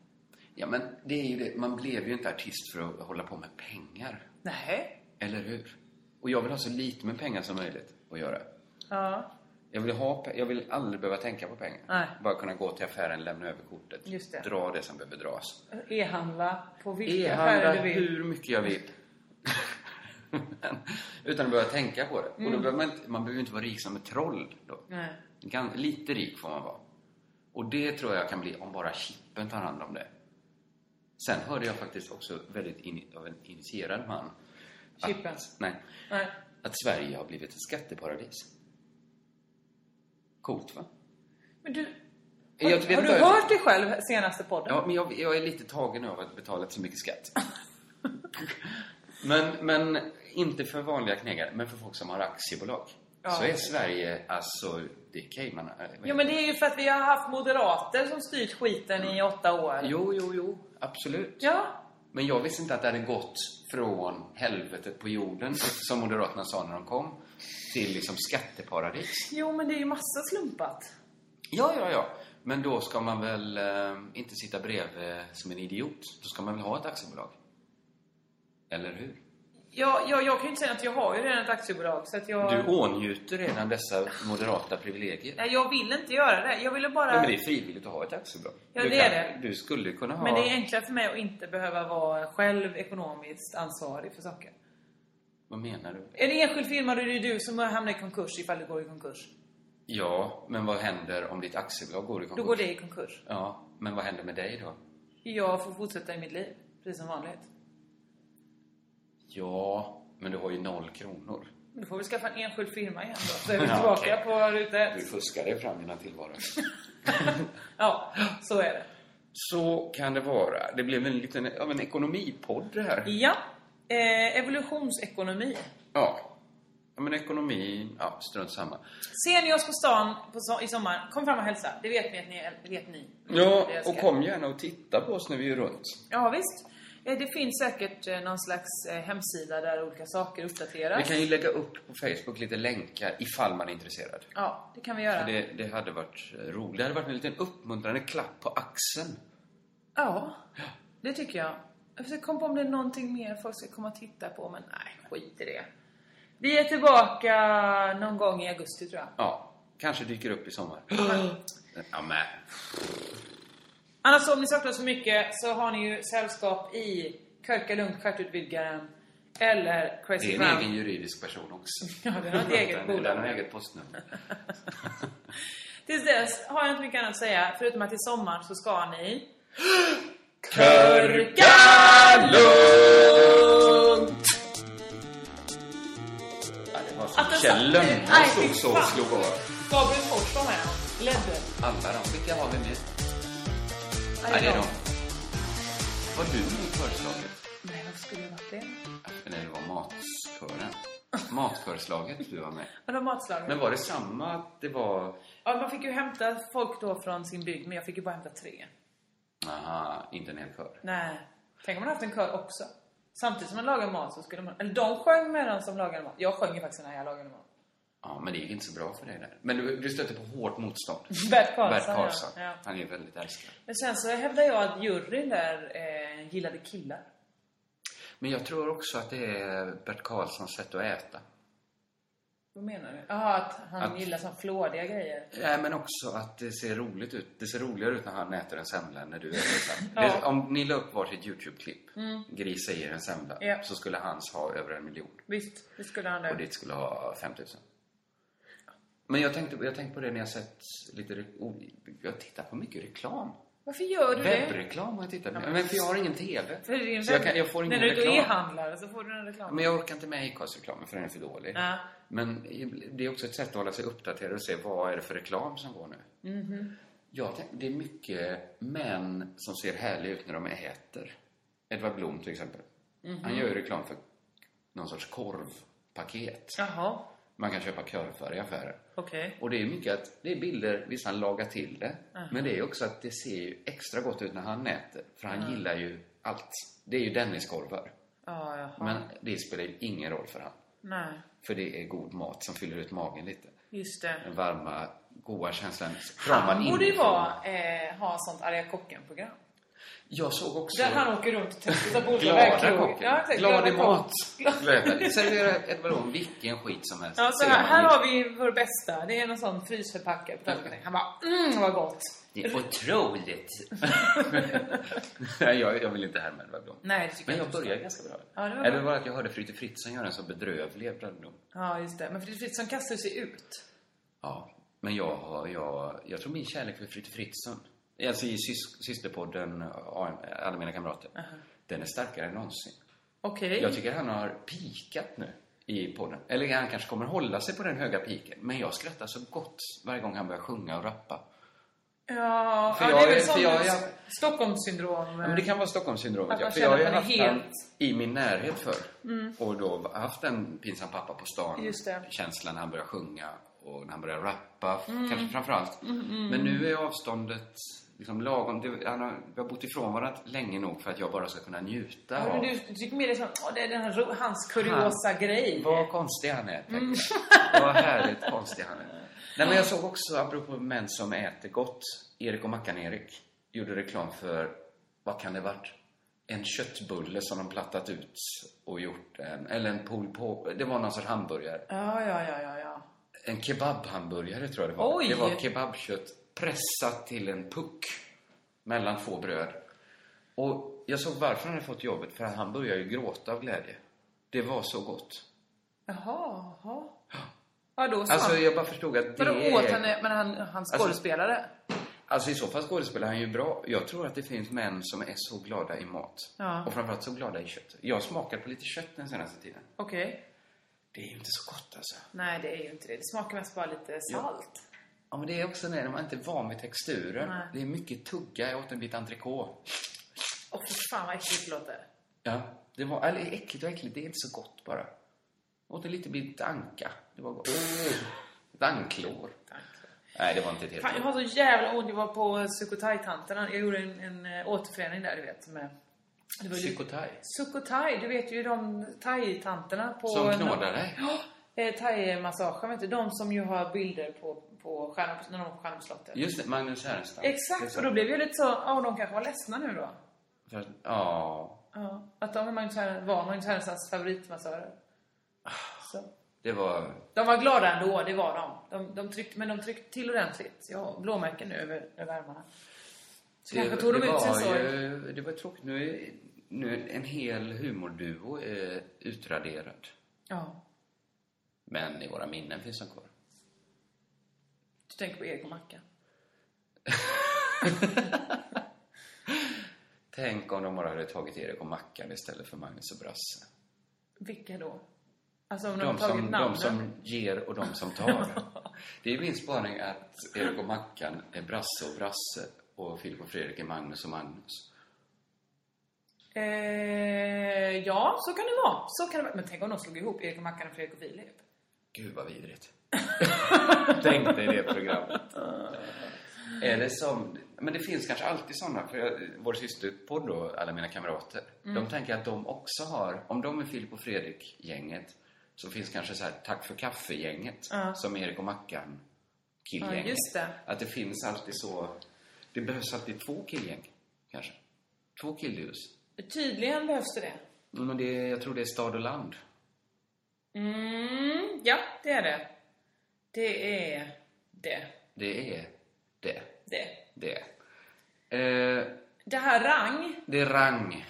Ja, men det är ju det. Man blev ju inte artist för att hålla på med pengar.
Nej.
Eller hur? Och jag vill ha så lite med pengar som möjligt att göra.
Ja,
Jag vill, ha, pe- jag vill aldrig behöva tänka på pengar.
Nej.
Bara kunna gå till affären, lämna över kortet.
Just det.
Dra det som behöver dras.
e-handla på vilka affärer
E-handla
du vill.
hur mycket jag vill. Utan att behöva tänka på det. Och då
Mm.
behöver man, inte, man behöver inte vara rik som ett troll. Då.
Nej.
Gan- Lite rik får man vara. Och det tror jag kan bli om bara chippen tar hand om det. Sen hörde jag faktiskt också väldigt in, av en initierad man. att-
Chippen?
Nej.
Nej.
Att Sverige har blivit ett skatteparadis. Coolt va?
Men du,
Jag
har,
vet
har
inte
du
vad jag-
hört dig själv senaste podden?
Ja, men jag, jag är lite tagen av att betalat så mycket skatt. men, men inte för vanliga knegare, men för folk som har aktiebolag.
Ja.
Så är Sverige, alltså, det är Cayman... eh, vad
Jo
heter
men det är ju för att vi har haft moderater som styrt skiten i åtta år.
Jo, jo, jo. Absolut.
Ja.
Men jag visste inte att det hade gått från helvetet på jorden, som Moderaterna sa när de kom, till liksom skatteparadis.
Jo men det är ju massa slumpat.
Ja, ja, ja. Men då ska man väl eh, inte sitta bredvid som en idiot. Då ska man väl ha ett aktiebolag. Eller hur?
Ja, ja, jag kan ju inte säga att jag har ju redan ett aktiebolag så att jag...
Du åtnjuter redan dessa moderata privilegier.
Nej, jag vill inte göra det. Jag ville bara...
Nej, men det är frivilligt att ha ett aktiebolag.
Ja,
du
det är
kan- Du skulle kunna ha...
Men det är enklare för mig att inte behöva vara själv ekonomiskt ansvarig för saker.
Vad menar du?
Är det enskild firma då är det ju du som hamnar i konkurs ifall det går i konkurs.
Ja, men vad händer om ditt aktiebolag går i konkurs?
Då går det i konkurs.
Ja, men vad händer med dig då?
Jag får fortsätta i mitt liv, precis som vanligt.
Ja, men du har ju noll kronor.
Då får vi skaffa en enskild firma igen då. Så är vi
Ja,
tillbaka
okej.
på ruta
Du
ett.
fuskar dig fram i den här tillvaron.
Ja, så är det.
Så kan det vara. Det blev en liten av en ekonomipodd det här.
Ja, eh, evolutionsekonomi.
Ja. ja men ekonomi, ja, strunt samma.
Ser ni oss på stan på so- i sommar, kom fram och hälsa. Det vet ni att ni, vet ni.
Ja,
Det älskar
och
jag.
kom gärna och titta på oss när vi är runt.
Ja, visst. Eh, Det finns säkert eh, någon slags eh, hemsida där olika saker
Vi
uppdateras.
kan ju lägga upp på Facebook lite länkar ifall man är intresserad.
Ja, det kan vi göra.
Det, det hade varit eh, roligt. Det hade varit en liten uppmuntrande klapp på axeln.
Ja, det tycker jag. Jag försöker komma på om det är någonting mer folk ska komma och titta på, men nej, skit i det. Vi är tillbaka någon gång i augusti tror jag.
Ja, kanske dyker upp i sommar. ja, men.
Annars om ni saknar oss för mycket så har ni ju sällskap i Körka Lugnt, Stjärtutvidgaren eller
Det
Crazy
är
Brown.
en egen juridisk person också.
Ja, den har ett eget
Den
bolag.
har eget postnummer.
Tills dess har jag inte mycket annat att säga, förutom att i sommar så ska ni...
Ja, det var
Att den
som Kjell
satt-
Lönndahl
Nej,
stod
fy
så och
fan.
slog av.
Gabriel Fors var med och ledde.
Alla de. Vilka har vi nu?
Nej,
Ja, det är de.
de.
Var du mot förslaget?
Nej, varför skulle jag varit det?
Eller det var matkören. Matkörslaget du var med.
Vadå matslaget?
Men var det samma att det var...
Ja, man fick ju hämta folk då från sin bygd, men jag fick ju bara hämta tre.
Aha, inte en hel kör.
Nej. Tänk om man haft en kör också. Samtidigt som man lagar mat så skulle man... Eller de sjöng med den som lagade mat. Jag sjöng ju faktiskt när jag lagade mat.
Ja, men det gick inte så bra för dig där. Men du, du stötte på hårt motstånd.
Bert Karlsson,
Bert Karlsson.
ja. Ja.
Han är ju väldigt älskad.
Men sen så hävdar jag att juryn där eh, gillade killar.
Men jag tror också att det är Bert Karlssons sätt att äta.
Vad menar du? Jaha, att han
Att-
gillar sån flådiga grejer.
Nej, men också att det ser roligt ut. Det ser roligare ut när han äter en semla än när du äter en
Ja.
semla.
Mm.
det, om ni la upp varsitt YouTube-klipp, Gris säger en semla,
Ja.
så skulle hans ha över en miljon.
Visst, det skulle han
Och
det.
ditt skulle ha 5000. Men jag tänkte, jag tänkte på det när jag sett lite... re- o- Jag tittar på mycket reklam.
Varför gör du det?
Webbreklam har jag tittat på. Men för jag har ingen TV.
För din
Så jag, kan, jag får ingen
När du
reklam.
går e-handlare så får du den reklamen.
Men jag orkar inte med Acast-reklamen för den är för dålig.
Ja.
Men det är också ett sätt att hålla sig uppdaterad och se vad är det för reklam som går nu. Jag tänk- det är mycket män som ser härliga ut när de äter. Edvard Blom till exempel. Han gör ju reklam för någon sorts korvpaket.
Jaha,
Man kan köpa korvar i affären.
okej.
Och det är mycket att det är bilder, visst han lagar till det. Men det är också att det ser ju extra gott ut när han äter. För han gillar ju allt. Det är ju Dennis-korvar.
Ja, jaha.
Men det spelar ju ingen roll för han.
Nej,
För det är god mat som fyller ut magen lite.
just det.
Den varma, goa känslan kramar
Han
in.
borde ju
inifrån.
vara, eh, ha sånt Arga kocken-program.
Jag såg också...
Där han åker runt och testar på olika
Glada
vägkrogar.
kocken.
Ja, exakt,
glad i
kock.
mat.
Glad-
Glöden. Servera ett ballong, vilken skit som helst.
Ja, så
Ser
här,
man
här
in-
har vi vår bästa. Det är någon sån frysförpackad potatisbulle. Han bara mm vad gott.
Det är otroligt. Nej, jag, jag vill inte härma Edvard Blom.
Nej, det tycker
Men
jag
jag
inte.
började ganska bra.
Ja, det var
Eller
bra.
var det att jag hörde Fritte Fritzson göra en så bedrövlig Edvard Blom.
Ja, just det. Men Fritz Fritzson kastar ju sig ut.
Ja, men jag, har- jag, jag tror min kärlek för Fritte Fritzson, alltså i sys, systerpodden eh, Alla mina kamrater, den är starkare än någonsin.
Okej.
Jag tycker han har pikat nu i podden. Eller han kanske kommer hålla sig på den höga piken. Men jag skrattar så gott varje gång han börjar sjunga och rappa.
Ja,
För
ja,
jag
det är
är-
väl
för
sånt
jag- jag-
Stockholmssyndrom.
Ja, men det kan vara Stockholmssyndromet,
Att
ja.
man
För jag har ju
känner att
haft
man är
han
helt- Mm.
i min närhet förr. Och då haft en pinsam pappa på stan
Just det.
känslan när han börjar sjunga och när han börjar rappa,
Mm.
kanske framförallt. Men nu är avståndet liksom lagom. Det, han har, vi har bott ifrån varandra länge nog för att jag bara ska kunna njuta
Ja, men
av
eh, du, du tycker mer det är som, åh, det är den här, ro- hans kuriosa grej.
Vad konstig han är, tänker jag. Vad härligt konstig han är. Nej, men jag såg också, apropå män som äter gott, Erik och Mackan-Erik gjorde reklam för, vad kan det varit? En köttbulle som de plattat ut och gjort en, eller en pool på, det var någon sorts hamburgare.
Ja, ja, ja, ja, ja.
En kebabhamburgare tror jag det var.
Oj!
Det var kebabkött pressat till en puck mellan två bröd. Och jag såg varför han hade fått jobbet, för han började ju gråta av glädje. Det var så gott.
Jaha, jaha. Ja, då så.
Alltså
Alltså,
jag bara förstod att det
Vadå åt han?
är...
Men han, han
Alltså-
skådespelare?
Alltså i så fall skådespelar han ju bra. Jag tror att det finns män som är så glada i mat.
Ja.
Och framförallt så glada i kött. Jag smakar på lite kött den senaste tiden.
Okej.
Det är ju inte så gott alltså.
Nej, det är ju inte det. Det smakar mest bara lite salt.
Ja men det är också när man inte är van vid texturen.
Nej.
Det är mycket tugga. Jag åt en bit entrecote.
Åh, fy fan vad äckligt det låter.
Ja. Det var, eller äckligt och äckligt, det är inte så gott bara. Jag åt en liten bit anka. Det var gott. Ett anklor. Nej, det var inte ett helt
Fan, jag har så jävla ont. Jag var på Sukhothai-tanterna. Jag gjorde en, en eh, återförening där, du vet. Med, det var ju-
Psykotaj.
Sukhothai, du vet ju de thai-tanterna på...
Som knådar dig.
Ja, eh, thai-massagen, vet du. De som ju har bilder på, på stjärnor, när de var på Stjärnorna
Just det, Magnus Härenstam. Det är
Exakt,
så.
och då blev jag lite så... Ja, de kanske var ledsna nu då.
För att- Ja.
Ja, att de är Magnus Härenstam- var Magnus Härensams favoritmassörer.
Ah.
Så.
Det var...
De var glada ändå, det var de. de, de tryckte, men de tryckte till ordentligt. Jag har blåmärken nu över, över armarna. Så kanske tog de ut sin
var
sorg.
ju, det var tråkigt. Nu är, nu är en hel humorduo eh, är utraderad.
Ja.
Men i våra minnen finns de kvar.
Tänk på Erik och Mackan.
Tänk om de bara hade tagit Erik och Mackan istället för Magnus och Brasse.
Vilka då? Alltså om de,
De
har tagit
som, de
namnen.
som ger och de som tar. Det är min spaning att Erik och Mackan är Brasse och Brasse och Filip och Fredrik är Magnus och Magnus.
Eh, ja, så kan det vara. Så kan det vara. Men tänk om de slog ihop Erik och Mackan och Fredrik och Filip.
Gud vad vidrigt. Tänk dig det programmet. Eller som, men det finns kanske alltid sådana. För jag, vår systerpodd då, alla mina kamrater,
Mm.
de tänker att de också har, om de är Filip och Fredrik-gänget, så finns kanske så här Tack för kaffe-gänget, som Erik och Mackan killgänget.
Ja, just det.
Att det finns alltid så, det behövs alltid två killgäng, kanske. Två killhus.
Tydligen behövs det det.
Mm, Men det, jag tror det är stad och land.
Mm, ja, det är det. Det är det.
Det är det.
Det.
Det. Eh,
Det här rang,
det är rang.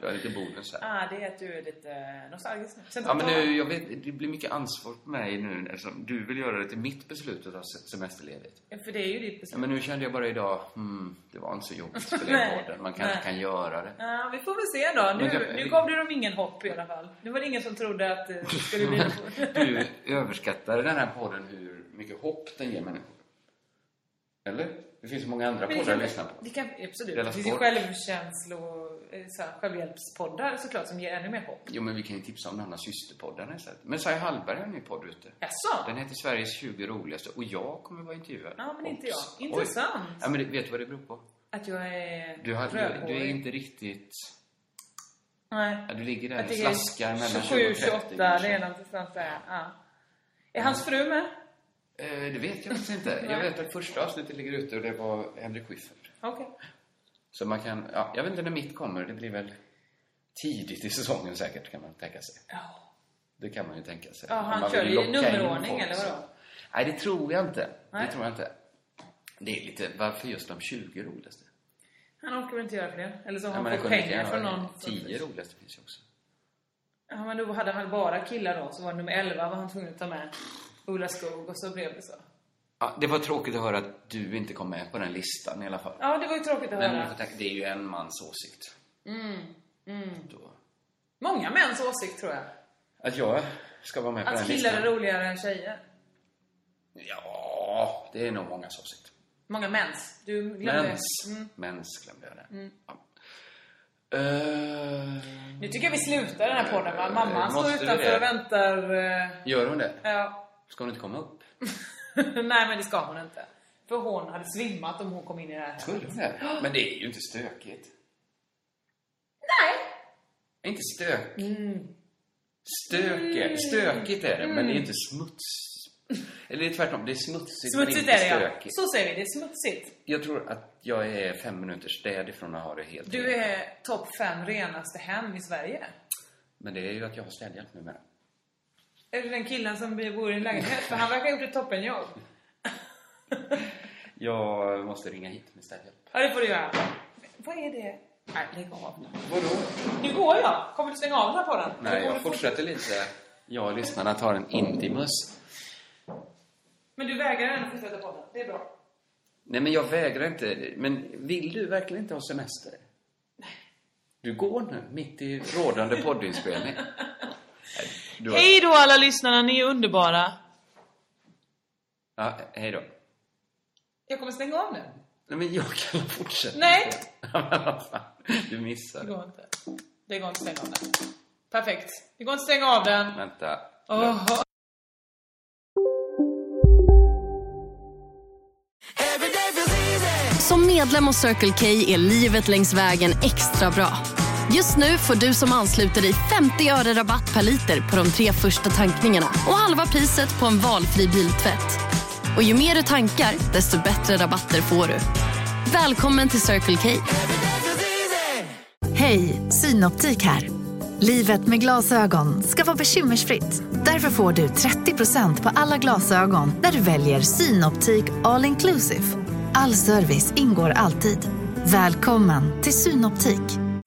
du har lite bonus här.
ah, det är att du är lite nostalgisk nu. Sen
Ja, men nu, jag vet, det blir mycket ansvar på mig nu eftersom du vill göra det till mitt beslut att ha se- semesterledigt.
Ja, För det är ju ditt beslut.
Ja, men nu kände jag bara idag, hmm, det var inte så jobbigt att spela in
Nej,
podden. Man kanske
nej.
kan göra det.
Ja, vi får väl se då.
Men
Nu,
det-
nu gav du dem ingen hopp i alla fall. Det var det ingen som trodde att eh, det skulle bli...
Du överskattar den här podden hur mycket hopp den ger människor. Eller? Det finns så många andra
Men det
poddar
kan,
att lyssna på.
det kan, absolut.
Dela
Det finns ju
Sport.
självkänslo, eh, så här, självhjälpspoddar såklart som ger ännu mer hopp.
Jo, men vi kan ju tipsa om den andra systerpodden istället. Men Saja Hallberg har en ny podd ute.
Jaså?
Den heter Sveriges 20 roligaste och jag kommer vara intervjuad.
Ja, men inte
Ops.
jag. Intressant.
Oj. Ja, men det- vet du vad det beror på?
Att jag är
Du, har, du, du är
rödhårig.
inte riktigt...
Nej.
Ja, du ligger där
Att
och
det är
slaskar mellan
27,
20 och
28,
30.
det
kanske.
är någonstans där. Ja. Är hans fru med?
Eh, det vet jag faktiskt inte. Jag vet att första avsnittet ligger ute och det var Henrik Schyffert.
Okej.
Så man kan... Ja, jag vet inte när mitt kommer. Det blir väl tidigt i säsongen säkert, kan man tänka sig.
Ja.
Det kan man ju tänka sig.
Ja,
Om
han
man
kör
vill
i
locka in
nummerordning,
folk
eller
så-
vadå?
Nej, det tror jag inte.
Nej.
Det tror jag inte. Det är lite, varför just de 20 roligaste?
Han orkar väl inte göra fler? Eller så
Ja,
har han
men det
fått
kunde
pengar
inte
från
göra.
någon.
Tio roligaste finns ju också.
Ja, men då hade han bara killar då, så var det nummer 11 var han tvungen att ta med Ola Skog och så blev det så.
Ja, det var tråkigt att höra att du inte kom med på den listan i alla fall.
Ja, det var ju tråkigt att
Men man får
höra.
tänka, det är ju en mans åsikt. Då.
Många mäns åsikt tror jag.
Att jag ska vara med på
Att
den listan?
killar är roligare än tjejer.
Ja, det är nog mångas åsikt.
Många mäns. Du glömde
Mens.
det. Mm.
Mens glömde jag det. Ja. Eh,
Nu tycker jag vi slutar den här podden va? Mamman står
Måste vi
utanför
det?
och väntar. eh,
gör hon det?
Ja.
Ska hon inte komma upp?
Nej, men det ska hon inte. För hon hade svimmat om hon kom in i det här.
Skulle hon det? Men det är ju inte stökigt.
Nej! Mm.
Inte stök. Stöke. Stökigt är det, men det är inte smuts. Eller det är tvärtom, det är smutsigt men
Smutsigt
inte
är det ja.
stökigt.
Så säger vi, det är smutsigt.
Jag tror att jag är fem minuter städ ifrån att ha det helt
Du
rent.
är topp fem renaste hem i Sverige.
Men det är ju att jag har städhjälp numera.
Är det den killen som bor i en lägenhet? För han verkar ha gjort ett toppenjobb.
Jag måste ringa hit med städhjälp.
Ja, det får du göra. Vad är det? Nej, lägg av nu.
Vadå?
Nu går jag. Kommer du stänga av den här podden?
Nej,
Går du
jag
fort-
fortsätter lite. Jag och lyssnarna tar en Intimus.
Men du vägrar ändå fortsätta podden. Det är bra.
Nej, men jag vägrar inte. Men vill du verkligen inte ha semester? Nej. Du går nu, mitt i rådande poddinspelning. Nej, du har-
Hej då alla lyssnarna, ni är underbara.
Ja, hej då.
Jag kommer stänga av nu.
Nej, men jag kan fortsätta.
Nej.
Ja, men vad fan. du missade.
Det går inte. Det går inte att stänga av den. Perfekt. Det går inte att stänga av den.
Vänta.
Åh.
Som medlem hos Circle K är livet längs vägen extra bra. Just nu får du som ansluter dig 50 öre rabatt per liter på de tre första tankningarna och halva priset på en valfri biltvätt. Och ju mer du tankar, desto bättre rabatter får du. Välkommen till Circle K.
Hej, Synoptik här. Livet med glasögon ska vara bekymmersfritt. Därför får du 30% på alla glasögon när du väljer Synoptik All Inclusive. All service ingår alltid. Välkommen till Synoptik.